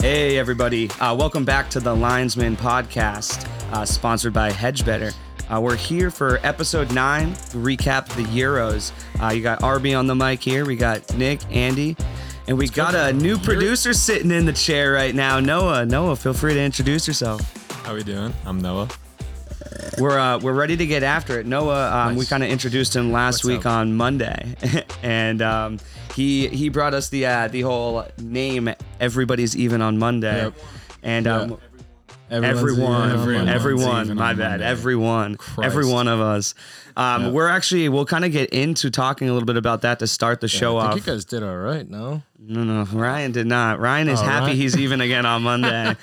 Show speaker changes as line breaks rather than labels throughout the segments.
Hey, everybody. Uh, welcome back to the Linesman Podcast, uh, sponsored by HedgeBetter. Uh, we're here for episode nine, to recap the Euros. Uh, you got RB on the mic here. We got Nick, Andy, and we got a new producer sitting in the chair right now. Noah, Noah, feel free to introduce yourself.
How we doing? I'm Noah.
We're uh, we're ready to get after it. Noah, um, we kind of introduced him last
What's
week
up?
on Monday, and um, he he brought us the uh, the whole name. Everybody's even on Monday,
Yep.
and um,
Yeah.
everyone, everyone,
Everyone's even
my
on
bad,
Monday.
everyone,
Christ.
every one of us. Um,
Yeah.
We're actually we'll kind of get into talking a little bit about that to start the show
I
off.
think you guys did all right. No,
No, no, Ryan did not. Ryan is
Oh,
happy
Ryan-
he's even again on Monday.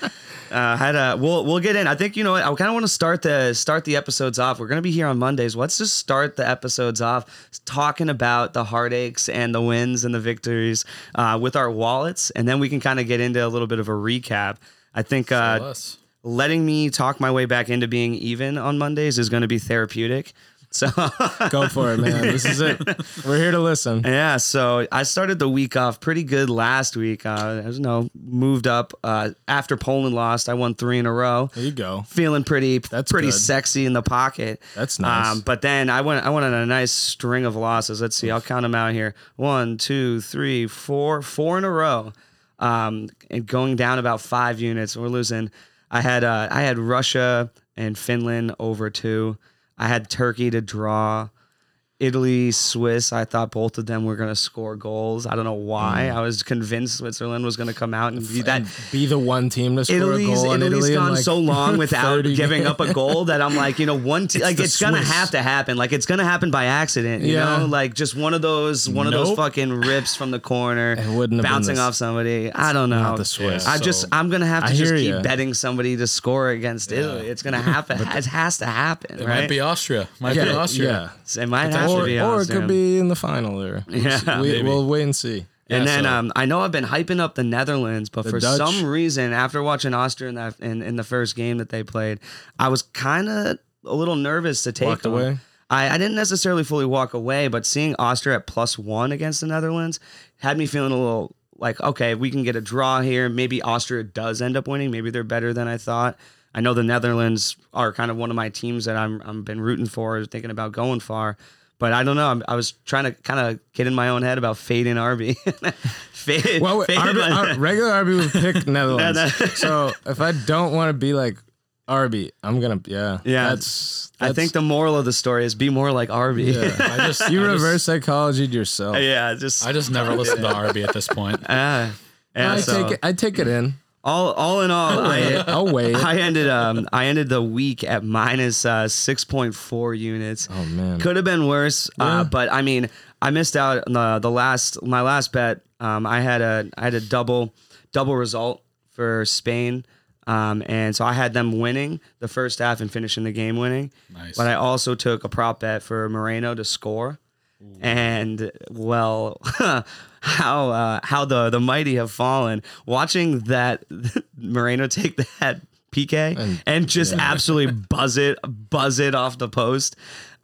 uh, had a we'll we'll get in. I think you know what I kind of want to start the start the episodes off. We're gonna be here on Mondays. Let's just start the episodes off talking about the heartaches and the wins and the victories uh, with our wallets, and then we can kind of get into a little bit of a recap. I think uh,
us.
letting me talk my way back into being even on Mondays is going to be therapeutic. So
Go for it, man. This is it. We're here to listen.
Yeah, so I started the week off pretty good last week. Uh, I was, you know, moved up uh, after Poland lost. I won three in a row,
There you go.
feeling pretty,
That's
pretty
good.
sexy in the pocket. Um,
That's nice.
but then I went, I went on a nice string of losses. Let's see, I'll count them out here: one, two, three, four, four in a row, um, and going down about five units. We're losing. I had, uh, I had Russia and Finland over two. I had Turkey to draw. Italy, Swiss. I thought both of them were going to score goals. I don't know why.
Mm.
I was convinced Switzerland was going to come out and be that.
Be the one team to score a
Italy's
goal in
Italy's
Italy in,
gone
like,
so long without
30
giving up a goal that I'm like, you know, one te- like
the
it's gonna
Swiss.
have to happen. Like it's gonna happen by accident. You
Yeah.
know, like just one of those one of those
Nope.
fucking rips from the corner,
wouldn't have been
bouncing
this-
off somebody. I don't know.
the Swiss,
I just
so-
I'm gonna have to
I
just
hear
keep
ya.
betting somebody to score against Italy. It's gonna happen. it has to happen.
It
right?
might be Austria. Might be
Yeah, yeah.
Austria.
It might have
Or,
to be.
or it
Austria.
could be in the final there.
Yeah.
we,
Maybe.
we'll wait and see.
And
Yeah,
then
so-
um, I know I've been hyping up the Netherlands, but for
Dutch.
some reason, after watching Austria in, that, in, in the first game that they played, I was kind of a little nervous to take
Walked
them.
away?
I, I didn't necessarily fully walk away, but seeing Austria at plus one against the Netherlands had me feeling a little like, okay, we can get a draw here. Maybe Austria does end up winning. Maybe they're better than I thought. I know the Netherlands are kind of one of my teams that I'm I'm been rooting for, thinking about going far. But I don't know. I'm, I was trying to kind of get in my own head about fading Arby. Fade,
Well, wait,
fading
RB,
like-
our- regular RB would pick Netherlands.
no.
so if I don't want to be like RB, I'm gonna yeah
Yeah.
That's,
I
that's-
think the moral of the story is be more like Arby. Yeah,
I just
you
I just-
reverse psychology yourself.
just
I just never listen to RB at this point.
ah. yeah,
I
so
take it. I take it in.
all all in all, I,
I'll wait.
I ended um I ended the week at minus uh, six point four units.
Oh man.
Could have been worse, uh, but I mean, I missed out on the the last my last bet. Um, I had a I had a double double result for Spain, um, and so I had them winning the first half and finishing the game winning.
Nice.
But I also took a prop bet for Moreno to score, and well, how uh, how the the mighty have fallen. Watching that Moreno take that PK and, just absolutely buzz it buzz it off the post.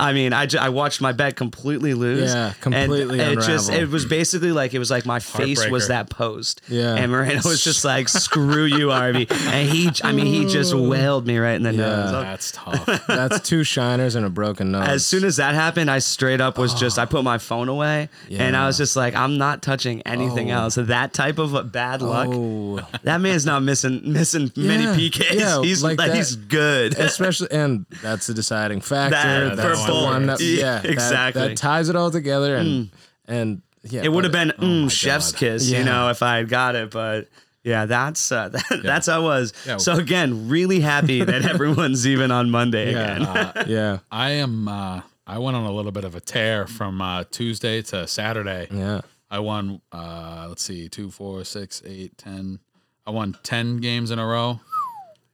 I mean, I, ju- I watched my bet completely lose.
Yeah,
and
completely
it just
unravel.
it was basically like it was like my face was
Heartbreaker.
that post.
Yeah.
and Moreno was just like, "Screw you, RB," and he I mean he just
Mm.
wailed me right in the nose. I
That's tough.
That's two shiners and a broken nose.
as soon as that happened, I straight up was just I put my phone away and I was just like, I'm not touching anything else. That type of a bad luck.
oh,
That man's not missing missing many
Yeah,
PKs.
yeah,
he's
like
like
that.
he's good.
especially and that's the deciding factor.
That-
that's
for
the
both.
one that
Yeah,
yeah, that-
exactly. Mm.
That, ties it all together and and yeah,
it would have
but-
been mm, chef's kiss, you
oh Yeah.
know, if I had got it, but. Yeah, that's uh, that, that's how I was.
Yeah.
So again, really happy that everyone's even on Monday again.
uh, yeah Ah,
I am. Uh, I went on a little bit of a tear from uh, Tuesday to Saturday.
yeah.
I won. Uh, let's see, two, four, six, eight, ten. I won ten games in a row,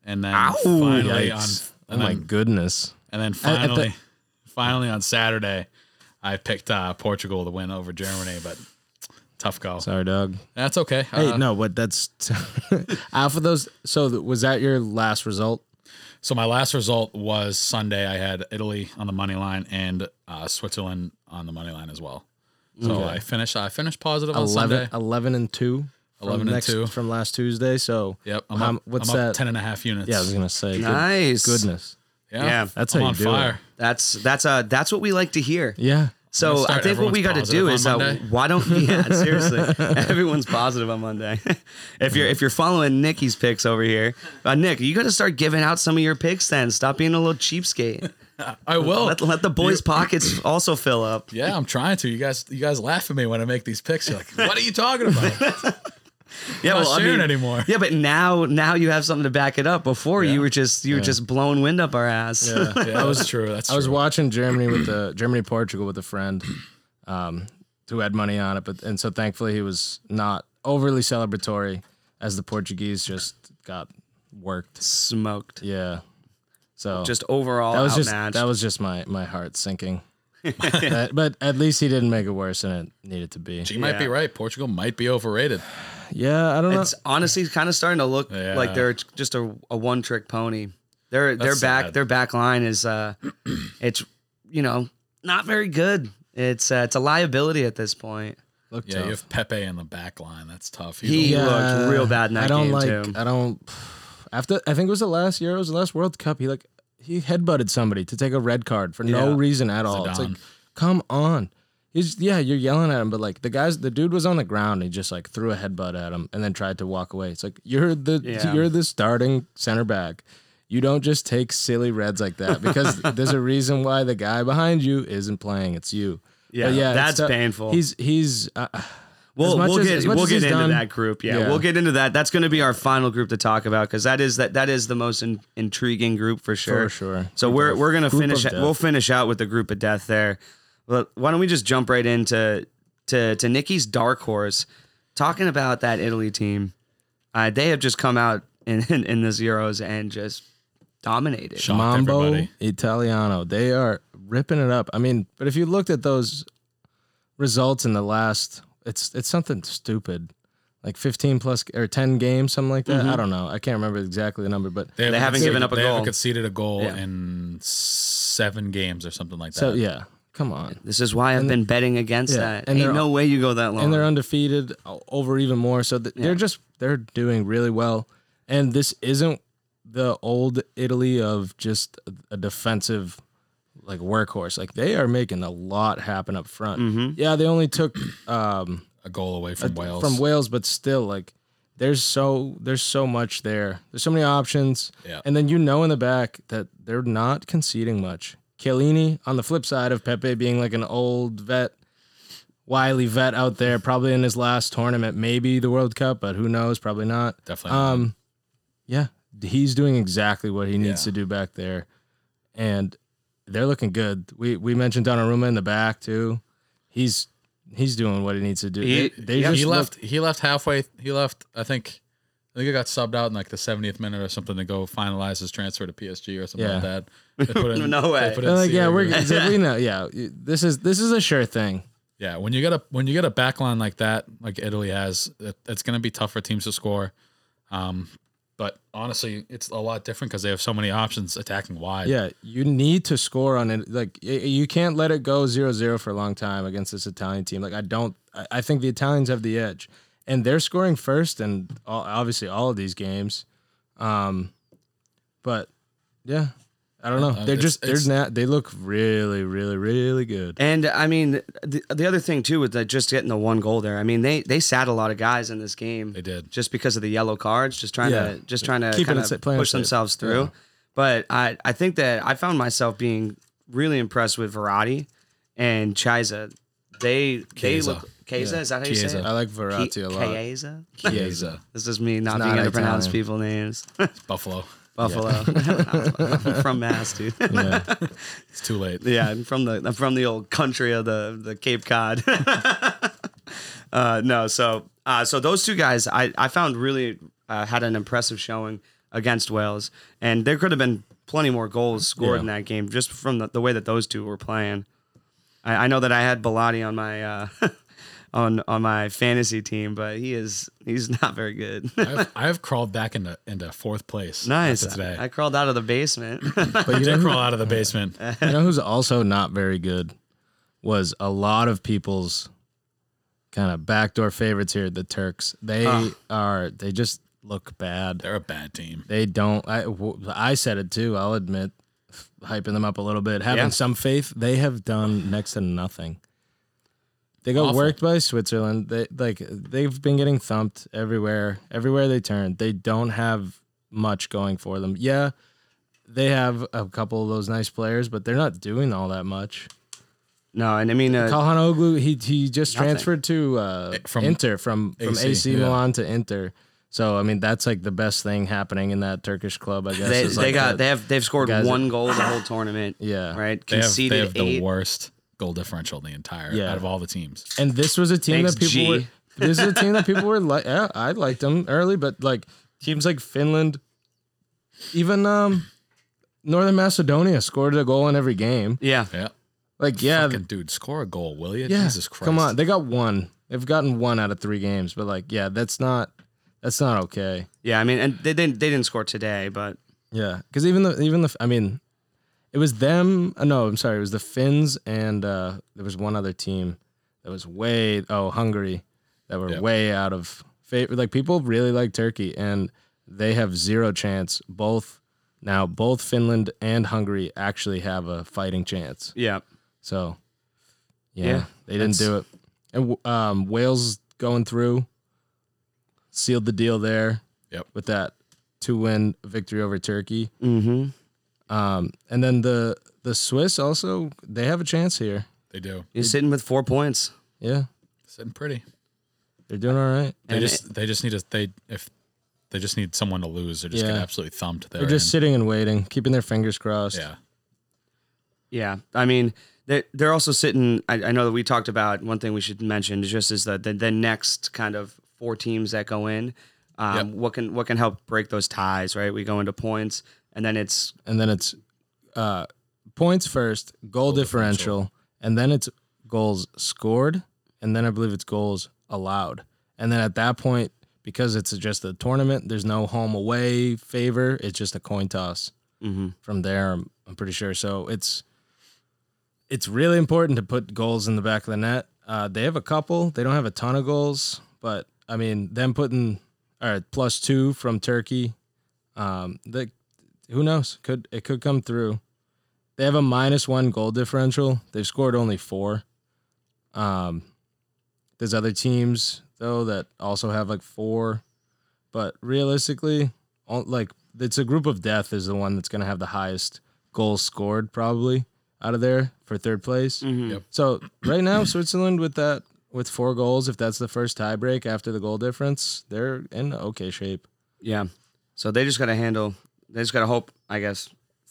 and then finally on.
Yikes. oh
And
my
then,
goodness.
and then
at the-
finally, finally on Saturday, I picked uh, Portugal to win over Germany, but tough go.
Sorry, dog.
That's okay.
Hey,
Uh,
no, what that's half of those. So th- was that your last result?
So my last result was Sunday. I had Italy on the money line and uh, Switzerland on the money line as well. So I finished. I finished positive on
11,
Sunday.
11 and two.
11 and
next,
2.
from last Tuesday. So
Yep. I'm
how-
up,
Um, what's
I'm
that?
Up 10 and a half units.
Yeah, I was gonna say. good-
Nice.
Goodness.
yeah.
Yeah.
That's
I'm
how you
on
do it.
fire.
That's that's uh that's what we like to hear.
Yeah.
Let's
So I
start
think what we got to
everyone's
do
positive
is
on
uh,
Monday.
why don't yeah seriously everyone's positive on Monday. if you're if you're following Nikki's picks over here, uh, Nick, you got to start giving out some of your picks. Then stop being a little cheapskate.
I will.
Let, let the boys' pockets also fill up.
yeah, I'm trying to. You guys, you guys laugh at me when I make these picks. You're like, "What are you talking about?"
Yeah,
not sharing anymore.
Yeah, but now now you have something to back it up. Before
Yeah.
you were just you were just blowing wind up our ass.
yeah, that was true. That's
I was
true.
watching Germany with the Germany Portugal with a friend, um, who had money on it, but and so thankfully he was not overly celebratory, as the Portuguese just got worked.
Smoked.
Yeah. So
Just overall
that was just
outmatched.
that was just my my heart sinking. That- but at least he didn't make it worse than it needed to be.
She might be
Yeah.
right. Portugal might be overrated.
Yeah, I don't know.
it's honestly kind of starting to look
Yeah.
like they're just a, a one trick pony. Their their
That's
back
sad.
their back line is uh, it's you know not very good. It's uh, it's a liability at this point.
Looked
Yeah, you
tough.
have Pepe in the back line. That's tough. He's
He
a-
looked real bad in that
I don't
game
like.
too.
I don't. After I think it was the last Euros, the last World Cup. He like he headbutted somebody to take a red card for no
Yeah.
reason at all. It's like,
Zidane.
come on. He's yeah, you're yelling at him, but like the guys, the dude was on the ground. He just like threw a headbutt at him and then tried to walk away. It's like you're the
Yeah.
you're the starting center back. You don't just take silly reds like that because there's a reason why the guy behind you isn't playing. It's you.
Yeah,
But it's
that's
tou-
painful.
He's he's uh,
We'll,
as much
we'll
as-
get
as much
we'll
as
get
he's
into
done-
that group. Yeah,
Yeah.
we'll get into that. That's going to be our final group to talk about because that is that that is the most in, intriguing group for sure.
For sure.
So we're we're gonna
Group
finish.
of death.
We'll finish out with the group of death there. But why don't we just jump right into to to Nikki's dark horse, talking about that Italy team. Uh, they have just come out in, in in this Euros and just dominated.
Shocked
Mambo
everybody.
Italiano. They are ripping it up. I mean, but if you looked at those results in the last, it's it's something stupid, like fifteen plus or ten games, something like that. I don't know. I can't remember exactly the number, but
They haven't
conceded-
given up a
Mm-hmm. they
goal.
haven't conceded a goal
Yeah.
in seven games or something like that.
so yeah, come on.
This is why I've been betting against
yeah,
that.
and
Ain't
they're-
no way you go that long.
and they're undefeated o- over even more. So th- they're just they're doing really well. And this isn't the old Italy of just a defensive like workhorse. Like they are making a lot happen up front. Yeah, they only took um,
a goal away from Wales.
from Wales, but still like there's so there's so much there. There's so many options.
Yeah.
And then you know in the back that they're not conceding much. Chiellini on the flip side of Pepe being like an old vet, wily vet out there, probably in his last tournament, maybe the World Cup, but who knows? Probably not.
Definitely. not.
Um, yeah, he's doing exactly what he needs to
Yeah.
do back there, and they're looking good. We we mentioned Donnarumma in the back too. He's he's doing what he needs to do.
He-
they they
yeah,
just
he
look-
left. He left halfway. He left. I think. I think he got subbed out in like the 70th minute or something to go finalize his transfer to PSG or something like
Yeah.
that. They put in,
No
they
way.
put in
They're like, yeah,
Sierra.
we're it's like, we know. Yeah, this is this is a sure thing.
Yeah, when you get a when you get a back line like that, like Italy has, it, it's going to be tough for teams to score. Um, but honestly, it's a lot different because they have so many options attacking wide.
Yeah, you need to score on it. Like y- you can't let it go zero zero for a long time against this Italian team. Like I don't. I- I think the Italians have the edge, and they're scoring first, and all, obviously all of these games. Um, but yeah, I don't know.
Uh,
They're
it's-
just they're
it's-
not. They look really, really, really good.
And I mean, the, the other thing too with the, just getting the one goal there. I mean, they they sat a lot of guys in this game.
They did.
just because of the yellow cards, just trying
Yeah.
to just trying to
Keeping
kind
it sa-
of
playing
push
safe.
themselves through. But I I think that I found myself being really impressed with Verratti and Chiesa. They they
Chiesa.
look Chiesa is that how you say
Chiesa.
it?
I like Verratti a lot.
Chiesa.
Chiesa.
This is me not
not
being able to pronounce
Italian.
people names.
Buffalo.
Buffalo. I'm from Mass, dude.
Yeah.
It's too late.
Yeah, I'm from the I'm from the old country of the the Cape Cod. uh, no, so uh, so those two guys I I found really uh, had an impressive showing against Wales, and there could have been plenty more goals scored
Yeah.
in that game just from the, the way that those two were playing. I, I know that I had Bellotti on my uh, on on my fantasy team, but he is he's not very good.
I've, I've crawled back into into fourth place.
nice.
after today.
I crawled out of the basement.
but you did crawl out of the basement.
You know who's also not very good was a lot of people's kind of backdoor favorites here. The Turks. They are. They just look bad.
They're a bad team.
They don't. I w- I said it too. I'll admit, hyping them up a little bit, having
Yeah.
some faith. They have done next to nothing. They got
Awful.
worked by Switzerland. They like they've been getting thumped everywhere. Everywhere they turn, they don't have much going for them. Yeah, they have a couple of those nice players, but they're not doing all that much.
No, and I mean, uh,
Kalhan Oglu, he he just
Nothing.
transferred to uh,
From
Inter from from AC,
AC, yeah.
Milan to Inter. So I mean, that's like the best thing happening in that Turkish club, I guess.
they,
is
they
like
got
that-
they have they've scored
guys-
one goal the whole tournament.
yeah.
Right,
They have, they
conceded
have the
eight.
worst goal differential in the entire
Yeah.
out of all the teams.
And this was a team
Thanks,
that people
G.
were. This is a team that people were like, yeah, I liked them early, but like teams like Finland, even um, Northern Macedonia scored a goal in every game.
yeah,
Yeah.
Like yeah,
Fucking dude, score a goal, will you?
yeah.
Jesus Christ.
Come on, they got one. They've gotten one out of three games, but like yeah, that's not that's not okay.
yeah. I mean, and they didn't they didn't score today, but
Yeah, because even the even the I mean, it was them. uh, No, I'm sorry, it was the Finns and uh, there was one other team that was way oh Hungary that were
Yeah.
way out of favor. Like people really like Turkey and they have zero chance. Both now, both Finland and Hungary actually have a fighting chance.
yeah,
So yeah,
Yeah,
they didn't
that's-
do it. And um, Wales going through sealed the deal there.
Yep.
with that two win victory over Turkey.
mm-hmm.
Um, and then the the Swiss also they have a chance here.
They do.
You're sitting with four points.
Yeah,
Sitting pretty.
they're doing all right.
They
And
just they just need to they if they just need someone to lose. They're just
Yeah.
getting absolutely thumped.
They're just sitting and waiting, keeping their fingers crossed.
yeah.
Yeah, I mean, they're, they're also sitting. I, I know that we talked about one thing we should mention is just is that the, the next kind of four teams that go in, um,
Yep.
what can what can help break those ties, right? We go into points, and then it's
And then it's uh, points first, goal, differential, and then it's goals scored, and then I believe it's goals allowed. And then at that point, because it's just a tournament, there's no home away favor. It's just a coin toss.
mhm.
from there. I'm, I'm pretty sure. So it's it's really important to put goals in the back of the net. Uh, they have a couple. They don't have a ton of goals, but I mean, them putting all right plus two from Turkey. Um, the who knows could it could come through. They have a minus one goal differential. They've scored only four. Um, there's other teams though that also have like four, but realistically, all, like it's a group of death is the one that's going to have the highest goals scored probably out of there for third place.
Mhm.
Yep.
So right now Switzerland with that with four goals, if that's the first tie break after the goal difference, they're in okay shape.
yeah. So they just got to handle. They just got to hope, I guess.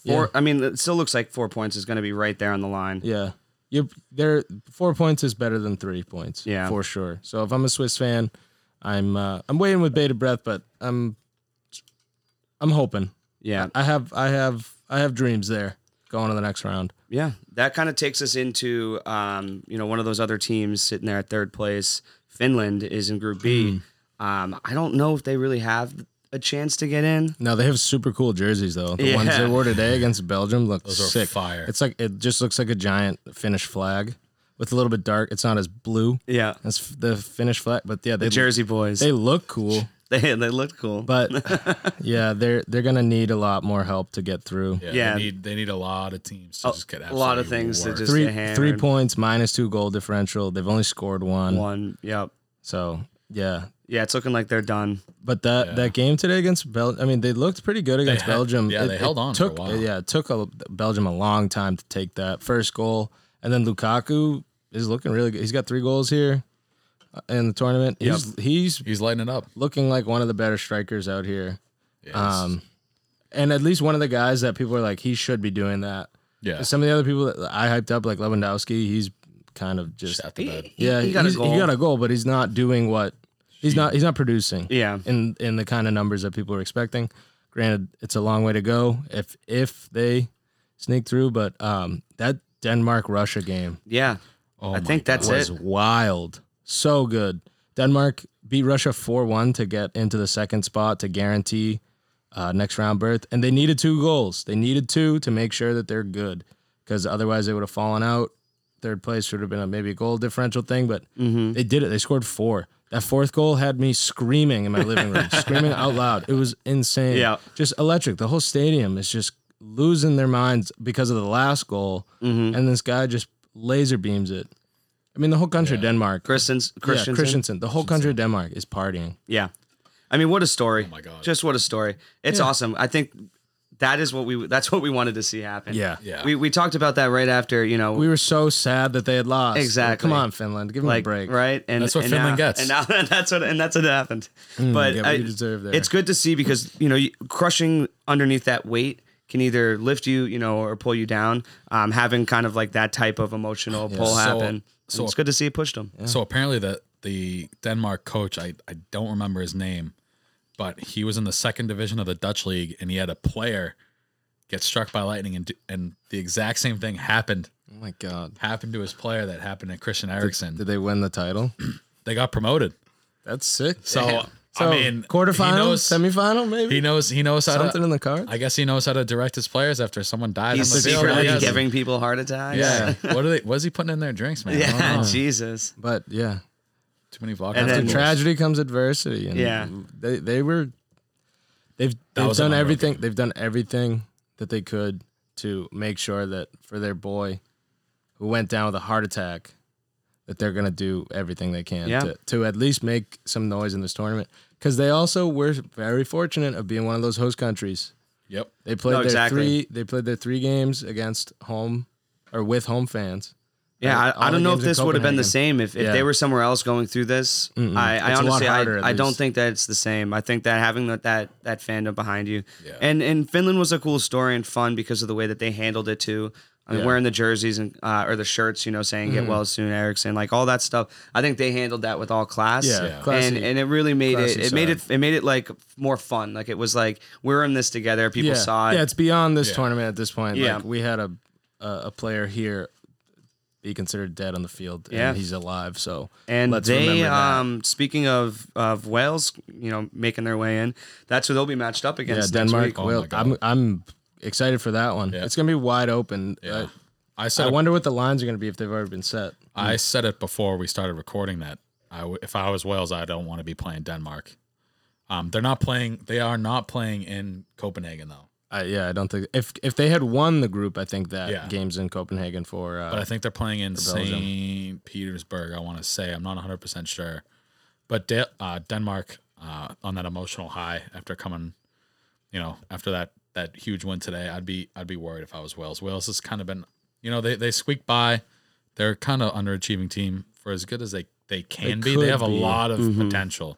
Four.
Yeah.
I mean, it still looks like four points is going to be right there on the line.
Yeah. You they're four points is better than three points.
Yeah.
For sure. So if I'm a Swiss fan, I'm uh, I'm waiting with bated breath, but I'm I'm hoping.
Yeah.
I have I have I have dreams there going to the next round.
Yeah, that kind of takes us into um, you know one of those other teams sitting there at third place. Finland is in Group
Hmm.
B. Um, I don't know if they really have a chance to get in.
No, they have super cool jerseys though. The ones they
Yeah.
wore today against Belgium look
Those are
sick.
fire.
It's like it just looks like a giant Finnish flag with a little bit dark. It's not as blue
Yeah,
as f- the Finnish flag, but yeah, they
the Jersey boys.
they look cool.
They they, looked cool.
But yeah, they're they're gonna need a lot more help to get through.
Yeah,
Yeah.
They need they need a lot of teams to just get
a lot of
absolutely
things to
worked.
just
Three
get hammered.
three points minus two goal differential. They've only scored one.
one. Yep.
So yeah.
Yeah, it's looking like they're done.
But that,
Yeah.
that game today against Belgium, I mean, they looked pretty good against
had-
Belgium.
yeah, they held on for a
took,
while.
Yeah, it took a, Belgium a long time to take that first goal, and then Lukaku is looking really good. He's got three goals here uh, in the tournament. He's he's
He's lighting it up.
looking like one of the better strikers out here.
Yes.
Um, and at least one of the guys that people are like, he should be doing that.
yeah.
Some of the other people that I hyped up, like Lewandowski, he's kind of just
Shut the bed.
yeah,
he got a
he's-
goal.
he got a goal, but he's not doing what he's not he's not producing
Yeah,
in in the kind of numbers that people are expecting. Granted, it's a long way to go if if they sneak through, but um, that Denmark Russia game
yeah.
Oh
I
my
think that's
God.
was wild, so good. Denmark beat Russia four one to get into the second spot to guarantee uh, next round berth, and they needed two goals. They needed two to make sure that they're good, because otherwise they would have fallen out. third place would have been a maybe a goal differential thing, but
Mm-hmm.
they did it. They scored four. That fourth goal had me screaming in my living room, screaming out loud. It was insane.
Yeah.
Just electric. The whole stadium is just losing their minds because of the last goal.
Mm-hmm.
And this guy just laser beams it. I mean, the whole country of Denmark.
Christians,
Yeah,
Christians,
Christensen. The whole country of Denmark is partying.
Yeah. I mean, what a story. Oh
my God.
Just what a story. It's awesome. I think that is what we that's what we wanted to see happen.
Yeah.
Yeah.
We we talked about that right after, you know,
We were so sad that they had lost.
Exactly.
Come on, Finland. Give them
like
a break.
right? And
That's what
and
Finland
now-
gets.
And now that's what and that's what happened. but
Mm, yeah, what
I-
you deserve there.
it's good to see because you know you- crushing underneath that weight can either lift you, you know, or pull you down. Um, having kind of like that type of emotional pull
So-
happen. So,
so-
it's good to see it pushed him.
So apparently the the Denmark coach, I, I don't remember his name, but he was in the second division of the Dutch league and he had a player get struck by lightning and do- and the exact same thing happened
Oh my God.
happened to his player that happened to Christian Eriksen.
Did they win the title?
they got promoted.
That's sick.
So
Damn.
I mean
quarterfinal,
he knows,
semifinal, maybe
he knows he knows how
something
to
in the card.
I guess he knows how to direct his players after someone dies
He's
on the field.
secretly
Yes.
giving people heart attacks.
Yeah. what are they what is he putting in their drinks, man? I don't
Yeah,
Uh-huh.
know.
Jesus.
but yeah,
Too many vodka.
And
after
then-
Too much.
tragedy comes adversity. And
Yeah.
they they were they've they've
was an
done
unreal
everything
game.
they've done everything that they could to make sure that for their boy who went down with a heart attack that they're gonna do everything they can
Yeah.
to, to at least make some noise in this tournament because they also were very fortunate of being one of those host countries.
Yep.
They played
No,
their
exactly.
three. They played their three games against home or with home fans.
Yeah,
All
I, I
the
don't know if
games in
this would have been the
Copenhagen.
same if, if
Yeah.
they were somewhere else going through this. I, I
It's a lot
honestly,
harder, at
I, I don't
least.
think that it's the same. I think that having that that, that fandom behind you, and and Finland was a cool story and fun because of the way that they handled it too. I mean, wearing the jerseys and uh, or the shirts, you know, saying
Mm-hmm.
"Get well soon, Ericsson," like all that stuff. I think they handled that with all class,
Yeah, Yeah. classy-
and and it really made it.
classy
It made it. It made it like more fun. Like it was like we're in this together. People
Yeah,
saw it.
yeah. It's beyond this tournament at this point.
Yeah.
Like we had a a, a player here be considered dead on the field.
Yeah.
and he's alive. So
And
let's remember
they,
that.
um, speaking of of Wales, you know, making their way in, that's who they'll be matched up
yeah,
against. next
Denmark.
week.
Oh my
will,
God.
I'm I'm excited for that one.
Yeah.
It's gonna be wide open. Uh,
I said
I
a
wonder what the lines are gonna be if they've already been set.
I said it before we started recording that I w- if I was Wales, I don't want to be playing Denmark. Um, they're not playing. They are not playing in Copenhagen though.
I, yeah, I don't think if if they had won the group, I think that
Yeah.
games in Copenhagen for uh,
But I think they're playing in
Belgium.
St. Petersburg. I want to say I'm not 100 percent sure, but De- uh, Denmark uh, on that emotional high after coming, you know, after that that huge win today, I'd be I'd be worried if I was Wales. Wales has kind of been, you know, they they squeak by. They're kind of underachieving team for as good as they they can be. They
could
have a
be.
lot of potential,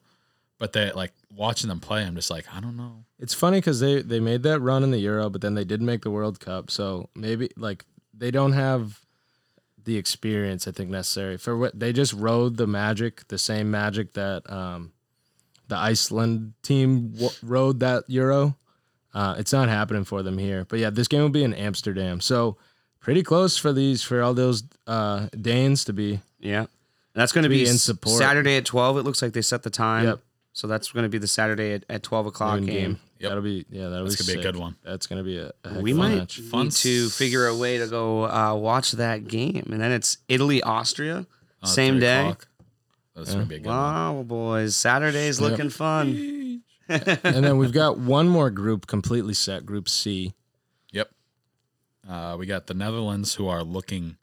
but they like watching them play. I'm just like I don't know.
It's funny because they they made that run in the Euro, but then they did make the World Cup. So maybe like they don't have the experience I think necessary for what they just rode the magic, the same magic that um, the Iceland team w- rode that Euro. Uh, it's not happening for them here, but yeah, this game will be in Amsterdam. So pretty close for these for all those uh, Danes to be.
yeah, and that's going to be,
be in
s-
support.
Saturday at twelve. It looks like they set the time.
Yep.
So that's going to be the Saturday at, at twelve o'clock
Noon
game.
Yep.
That'll be yeah. That'll
That's
be
gonna be a
sick.
good one.
That's gonna be a, a heck
We
of a
might
match.
need to figure a way to go uh, watch that game, and then it's Italy Austria,
Uh,
same
three
day.
o'clock. That's gonna be a good one.
Wow, boys, Saturday's
Yep.
looking fun.
and then we've got one more group completely set, Group C.
Yep. Uh, we got the Netherlands who are looking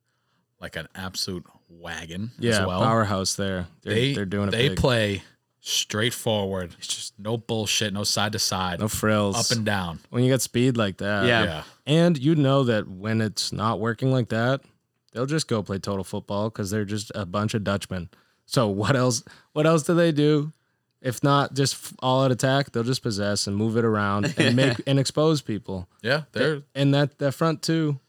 like an absolute wagon
Yeah,
as well.
powerhouse there. They're,
they
they, are doing it.
they
big.
play straightforward. It's just no bullshit, no side to side,
no frills.
up and down.
when you got speed like that,
Yeah.
Yeah.
And you know that when it's not working like that, they'll just go play total football because they're just a bunch of Dutchmen. So what else? What else do they do? If not just f- all out attack, they'll just possess and move it around and make and expose people.
Yeah. They're
And that that front two,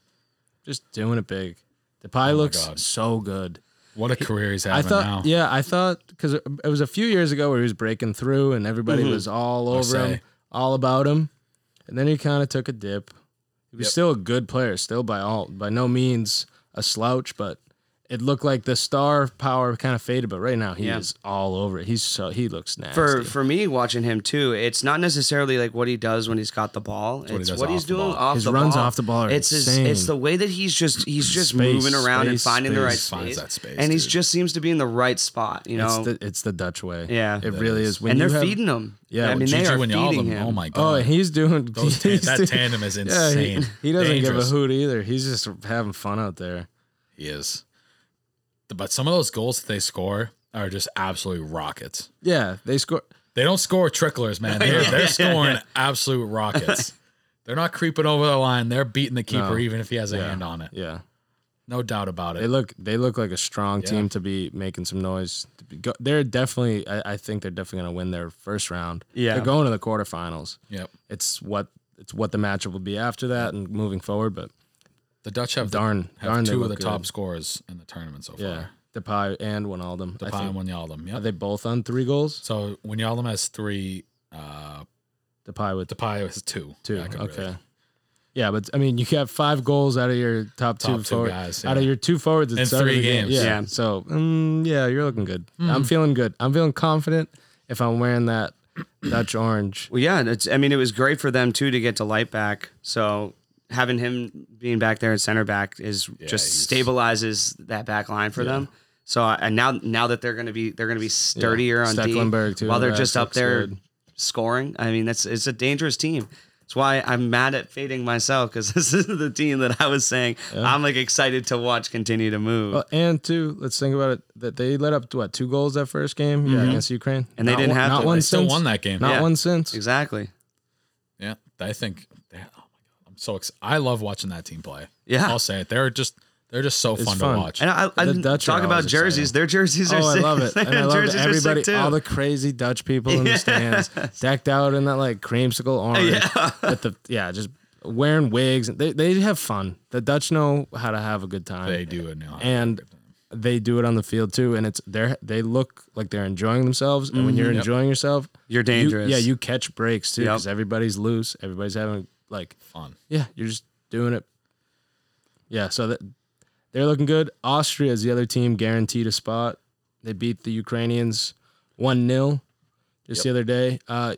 just doing it big. The pie looks
Oh God.
so good.
what a career he's
I
having
thought,
now.
yeah, I thought because it it was a few years ago where he was breaking through and everybody was all over him,
Mm-hmm. say.
all about him, and then he kind of took a dip. He was
Yep.
still a good player, still by all by no means a slouch, but it looked like the star power kind of faded, but right now he
Yeah.
is all over it. He's so he looks nasty.
for for me watching him too, it's not necessarily like what he does when he's got the ball.
what he
it's
does
what
off
he's
the
doing
ball.
off
His
the
runs
ball.
off the ball are
it's
insane.
it's the way that he's just he's just
Space,
moving around and
space,
finding the
space.
right
He
space.
finds that space,
and he
dude.
just seems to be in the right spot, you
it's
know.
the it's the Dutch way.
Yeah.
it
That
really
is.
is. When
and they're
you have-
feeding him.
Yeah,
I mean
Gigi
they are
Wijnaldum,
feeding him.
Oh my god.
Oh, and he's doing
Those ta-
he's
that
doing-
tandem is
Yeah, he-
insane.
he, doesn't
Dangerous.
give a hoot either. He's just having fun out there.
He is. But some of those goals that they score are just absolute rockets.
Yeah, they score.
They don't score tricklers, man. They're, they're scoring absolute rockets. They're not creeping over the line. They're beating the keeper,
No.
even if he has a
Yeah.
hand on it.
Yeah,
No doubt about
they
it.
look they look like a strong
Yeah.
team to be making some noise. To be go, they're definitely. I, I think they're definitely going to win their first round.
Yeah.
they're going to the quarterfinals.
Yep.
It's what it's what the matchup will be after that and moving forward. But
The Dutch have,
Darn-
have
darn, they
two of the
look
top
good.
scorers in the tournament so far.
yeah, Depay and Wijnaldum. I
Depay
think,
and Wijnaldum.
are
Yep.
they both on three goals?
So Wijnaldum has three. Uh,
Depay with
Depay has two.
two.
I could really-
Okay. Yeah, but I mean, you got five goals out of your top,
Top
two
two
forward,
guys,
out of
yeah.
your two forwards
In
it's out of
three
the game.
games. Hmm.
Yeah.
Yeah.
So mm, yeah, you're looking good. I'm feeling good. I'm feeling confident if I'm wearing that Dutch orange.
Well, yeah, and it's. I mean, it was great for them too to get to light back. So having him being back there at center back is just
he's-
stabilizes that back line for them. So I- and now now that they're gonna be they're gonna be sturdier on D
Stekelenburg, too,
while they're
that
just up
looks
there
good.
scoring. I mean, that's it's a dangerous team. That's why I'm mad at fading myself because this is the team that I was saying I'm like excited to watch continue to move.
Well, and two, let's think about it. That they let up what two goals that first game? Yeah, against Ukraine,
And they
Not
didn't
one-
have
not
to.
one
They
Mm-hmm. They still
since.
won that game.
Not
Yeah.
one since.
exactly.
Yeah, I think. Yeah, oh my god, I'm so excited. I love watching that team play.
Yeah.
I'll say it. They're just they're just so fun,
fun.
to watch.
And I, I
The Dutch are
talk about
always exciting.
jerseys. Their jerseys are
Oh, I
sick.
love it. And
Their
I love
jerseys are sick,
everybody,
too.
all the crazy Dutch people in the stands, decked out in that like creamsicle orange. With the, yeah, just wearing wigs. They, they have fun. The Dutch know how to have a good time.
they do it now.
and they do it on the field too. And it's they they look like they're enjoying themselves. And when you're enjoying yourself,
You're
you-
Mm-hmm. dangerous.
yeah, you catch breaks too
Yep.
because everybody's loose. Everybody's having like
fun.
yeah, you're just doing it. Yeah, so that they're looking good. Austria is the other team guaranteed a spot. They beat the Ukrainians 1 0 just the other day. Uh,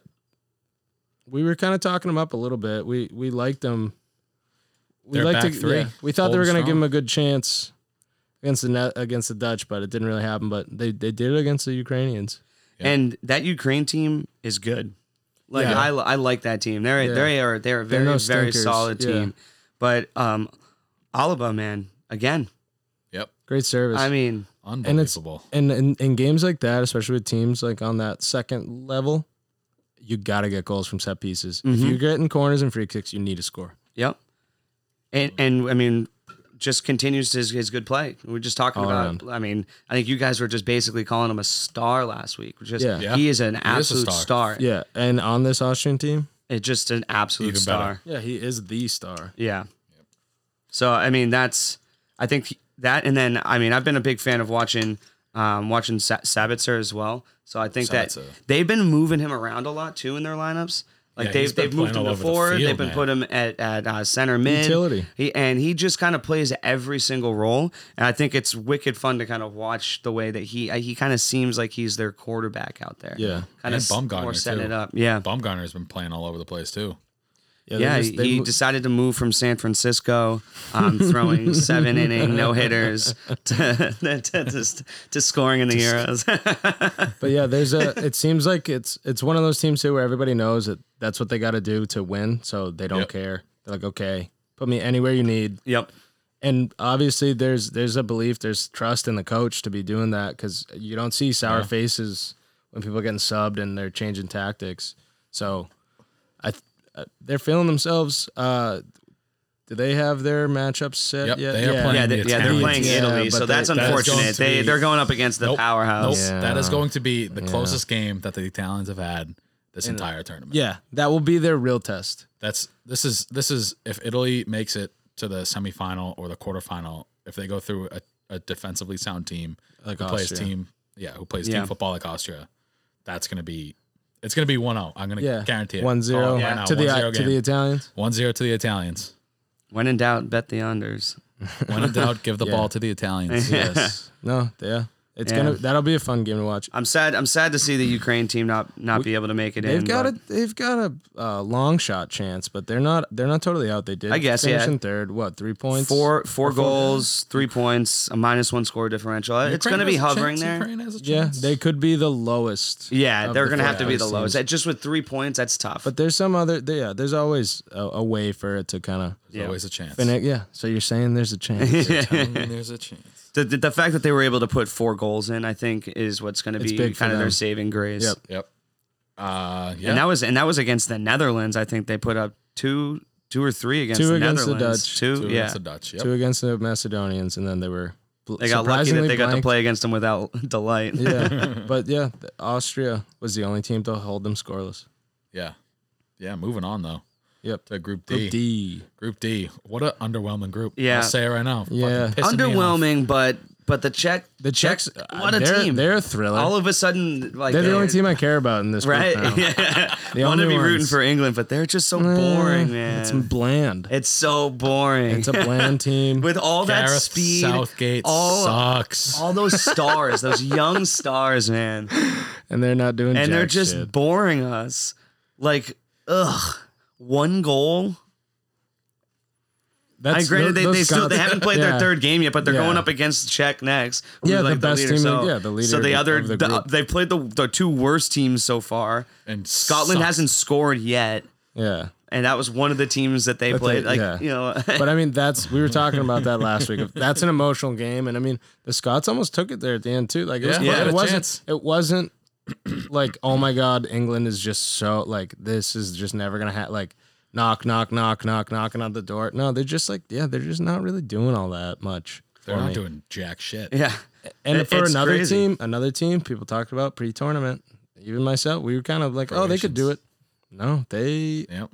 we were kind of talking them up a little bit. We we liked them. We
They're
liked
back three.
we thought they
Holding
were going to give
strong.
them a good chance against the net, against the Dutch, but it didn't really happen. But they, they did it against the Ukrainians.
Yeah.
And that Ukraine team is good. Like
Yeah.
I, I like that team. They're
Yeah.
they are they're a
They're
very
no
very
stinkers.
solid
Yeah.
team. But um, Alaba man again.
Yep,
Great service.
I mean,
unbelievable.
and in, in games like that, especially with teams like on that second level, you gotta get goals from set pieces. If
Mm-hmm.
you're getting corners and free kicks, you need to score.
yep. And and I mean, just continues his, his good play. We were just talking
All
about. I mean, I think you guys were just basically calling him a star last week. Just
Yeah.
Yeah.
he is an
a
absolute
star.
star. It's
Yeah, and on this Austrian team,
just an absolute
Even
star.
better.
yeah, he is the star.
Yeah. So I mean, that's I think that, and then I mean, I've been a big fan of watching um, watching Sa- Sabitzer as well. So I think that
Sabitzer.
they've been moving him around a lot too in their lineups. Like
Yeah, he's
they've,
been
they've moved
playing
him
all
to
over the
forward.
field,
they've been
man.
put him at, at uh, center mid.
Utility.
He, and he just kind of plays every single role. And I think it's wicked fun to kind of watch the way that he uh, he kind of seems like he's their quarterback out there.
Yeah.
Kind of
And Bumgarner,
more setting
too.
it up. Yeah.
Baumgartner's been playing all over the place too.
Yeah,
Yeah,
they just- they
he
mo-
decided to move from San Francisco, um, throwing seven inning no hitters to, to, to, to scoring in the Euros.
but yeah, there's a. It seems like it's it's one of those teams too where everybody knows that that's what they got to do to win, so they don't
Yep.
care. They're like, okay, put me anywhere you need.
yep.
and obviously there's there's a belief there's trust in the coach to be doing that because you don't see sour faces when people are getting subbed and they're changing tactics so i th- uh, they're feeling themselves uh do they have their matchups set
Yep,
yet
they are playing
Yeah,
the
they, yeah, they're
Italians.
playing
Yeah,
Italy,
but
so
they-
that's
that's
unfortunate.
going to
they
be-
they're going up against the
Nope.
powerhouse.
Nope. That
Oh,
is
Yeah.
going to be the closest game that the Italians have had this entire tournament.
uh, yeah that will be their real test
That's this is this is if Italy makes it to the semifinal or the quarterfinal, if they go through a, a defensively sound team
Like
who plays
Austria.
team yeah, who plays
Yeah.
team football like Austria, that's gonna be it's gonna be one zero. I'm gonna
yeah
guarantee it. Oh,
one zero
Call it right now.
to the
1-0
to the
game.
italians
1-0 to the Italians.
When in doubt, bet the unders.
When in doubt, give the ball to the Italians.
Yes. no. Yeah. It's
Yeah.
gonna. That'll be a fun game to watch.
I'm sad. I'm sad to see the Ukraine team not not be able to make it in.
They've got
but
a they've got a uh, long shot chance, but they're not they're not totally out. They did
I guess,
finish
yeah.
in third. What three points?
four four goals, three points, a minus one score differential. It's
Ukraine
going to be
has a
hovering
chance.
there.
Ukraine has a
Yeah,
chance.
they could be the lowest.
Yeah,
of
they're
the
going to have to be
fourth
the
place
lowest.
teams.
That- Just with three points, that's tough.
But there's some other. Yeah, there's always a, a way for it to kind of.
There's always a chance.
Yeah. yeah. So you're saying there's a chance.
Telling me there's a chance.
the, the, the fact that they were able to put four goals in, I think, is what's going to
It's
be
big for
kind of their
them.
saving grace.
Yep.
Yep. Uh, yeah.
And that was and that was against the Netherlands. I think they put up two two or three against
Two
the
against the
Netherlands.
Dutch.
Two,
Two
yeah.
against the Dutch. Yep.
Two against the Macedonians, and then they were. bl-
they got lucky that
surprisingly
they got to
blanked.
play against them without delight.
yeah, but yeah, th- Austria was the only team to hold them scoreless.
Yeah. Yeah. Moving on though
Yep.
to Group D.
Group
Group D.
D.
What a underwhelming group.
Yeah.
I'll say it right now. Fucking
Yeah.
pissing me off.
Underwhelming, but but the Czech
The Czechs. uh,
what a
they're,
team.
They're a thriller.
all of a sudden like
they're the only
they're-
team I care about in this group
right?
now.
Yeah.
The
Want to
only
be rooting
ones.
for England, but they're just so boring,
Eh,
man.
It's
It's,
bland.
so boring.
It's a bland team.
With all that
Gareth
speed,
Southgate
all
sucks.
all those stars, those young stars, man,
and they're not doing.
and they're
jack
just
shit.
boring us. Like, ugh, one goal.
That's,
and granted,
tho-
they,
those
they still they
Scots-
haven't played
yeah.
their third game yet, but they're
Yeah.
going up against Czech next. who's,
Yeah, the
like
best
leader.
team in-
So,
yeah, the leader
So the
of
other
the
the,
group.
they've played the the two worst teams so far.
and
Scotland
sucks.
hasn't scored yet,
Yeah.
and that was one of the teams that they
But
played.
they-
like
yeah.
you know,
But I mean, that's we were talking about that last week. That's an emotional game, and I mean, the Scots almost took it there at the end too. Like, it, was,
Yeah,
Yeah.
it
a
wasn't.
chance.
It wasn't like, oh my God, England is just so like this is just never gonna happen. Like, knock, knock, knock, knock, knocking on the door. No, they're just like, yeah, they're just not really doing all that much.
They're
for
not
me.
doing jack shit.
yeah,
And
It-
for
it's
another
crazy.
team, another team, people talked about pre-tournament. Even myself, we were kind of like, oh, they could do it. No, they
Yep.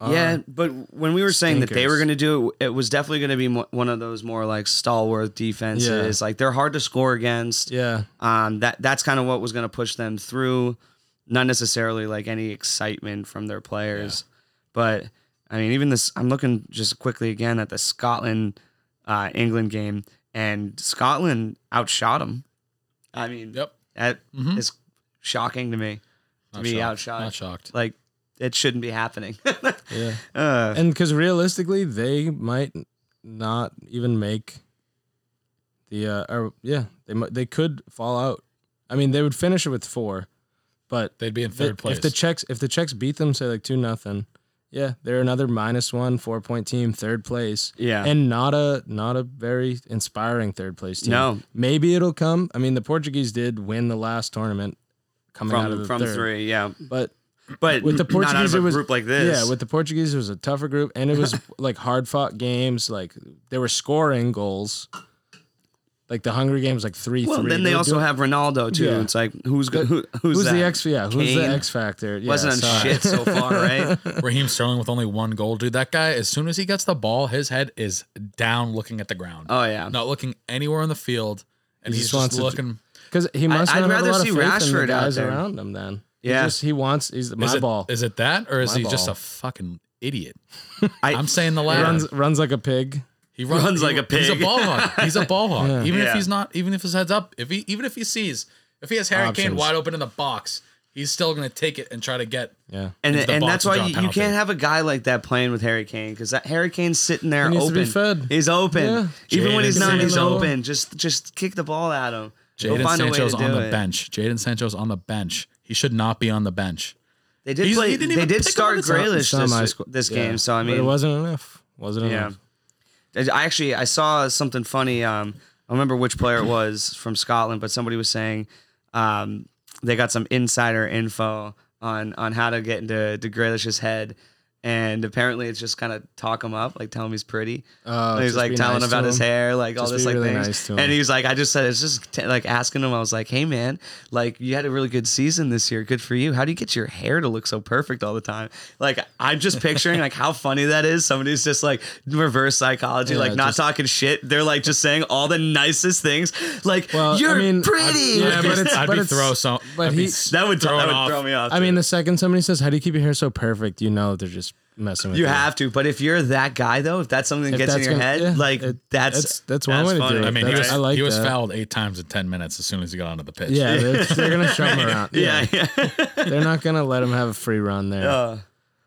are-
yeah. But when we were saying that they were
stinkers.
going to do it, it was definitely going to be mo- one of those more like stalwart defenses. Like they're hard to score against.
yeah.
Um, that that's kind of what was going to push them through. Not necessarily like any excitement from their players, but I mean, even this. I'm looking just quickly again at the Scotland uh, England game, and Scotland outshot them. I mean,
Yep.
that
Mhm.
is shocking to me.
Not
be
shocked.
outshot.
Not shocked.
Like it shouldn't be happening.
Yeah.
uh,
And because realistically, they might not even make the uh, or yeah, they might they could fall out. I mean, they would finish it with four, but
They'd be in
the-
third place.
if the Czechs if the Czechs beat them, say like two nothing, yeah, they're another minus one four point team, third place,
yeah.
and not a not a very inspiring third place team.
No.
maybe it'll come. I mean, the Portuguese did win the last tournament coming out of
from
the
from
third,
three, yeah.
but
But
with the Portuguese,
not out of a
it was
group like this.
Yeah, with the Portuguese, it was a tougher group, and it was like hard fought games. Like they were scoring goals. Like the Hungry Games, like three.
well,
three.
then they
were
also
doing-
have Ronaldo too.
Yeah.
It's like who's go- who, who's,
who's
that?
the X. Yeah, who's the
Kane?
X factor? Yeah,
Wasn't on
sorry.
shit so far, right?
Raheem Sterling with only one goal, dude. That guy, as soon as he gets the ball, his head is down, looking at the ground,
Oh yeah.
not looking anywhere in the field, and
He
he's
just
just,
wants to-
looking.
Because he must.
I'd
not have
rather
a lot
see
of faith in the
Rashford out
guys
there.
around him. Then
Yeah.
he, just, he wants. He's my
is it,
ball.
Is it that, or is
My
he just
ball.
a fucking idiot?
I-
I, am saying the
He
latter.
runs runs like a pig.
he
runs
he-
like a
He's a
pig.
ball hog. He's a ball hog.
Yeah.
Even
Yeah.
if he's not, even if his head's up, if he, even if he sees, if he has Harry Kane
Options.
wide open in the box, he's still gonna take it and try to get.
Yeah.
and
into the
and that's
box and
why
draw
you,
a
you
penalty.
can't have a guy like that playing with Harry Kane because that Harry Kane's sitting there
He needs to
open.
be fed.
He's open.
Yeah.
Even when
Jadon
he's not, he's
Sancho.
open. Just just kick the ball at him. He'll
Jaden
find a way to
Sancho's on
do
the
it.
bench. Jaden Sancho's on the bench. He should not be on the bench.
They did
He's-
play.
he didn't
they
even
did
pick up
start
on the-
Grealish
It's not my
this,
squ-
this
yeah.
game, so I
But
mean,
it wasn't enough. Wasn't
Yeah.
enough.
I actually I saw something funny. Um, I remember which player it was from Scotland, but somebody was saying um, they got some insider info on on how to get into to Grealish's head, and apparently it's just kind of talk him up, like tell him he's pretty.
Oh,
And he's
just
like
be
telling
nice
about
to
his
him.
hair, like all
Just
this
be
like
really
things.
nice to him.
and he's like, I just said it's just t- like asking him. I was like, Hey man, like you had a really good season this year. Good for you. How do you get your hair to look so perfect all the time? Like I'm just picturing like how funny that is. Somebody's just like reverse psychology,
Yeah,
like not
just-
talking shit. They're like just saying all the nicest things. Like
Well, I
you're
mean,
pretty.
I'd- Yeah, but it's-
I'd
but
be
it's-
throw some.
but
I'd be
he-
s-
that would,
throw
that
it
would
off.
throw me off.
I mean,
too.
the second somebody says, "How do you keep your hair so perfect?" You know they're just just messing with
You have to, but if you're that guy though, if that's something that
If
gets in
that's
your
gonna-
head,
yeah,
like
it-
that's
that's- that's one way to do
funny.
it.
I mean, he
That's-
was,
I like
he was
that.
fouled eight times in ten minutes as soon as he got onto the pitch.
Yeah, they're, they're gonna shove him around.
yeah, yeah.
they're not gonna let him have a free run there.
Uh,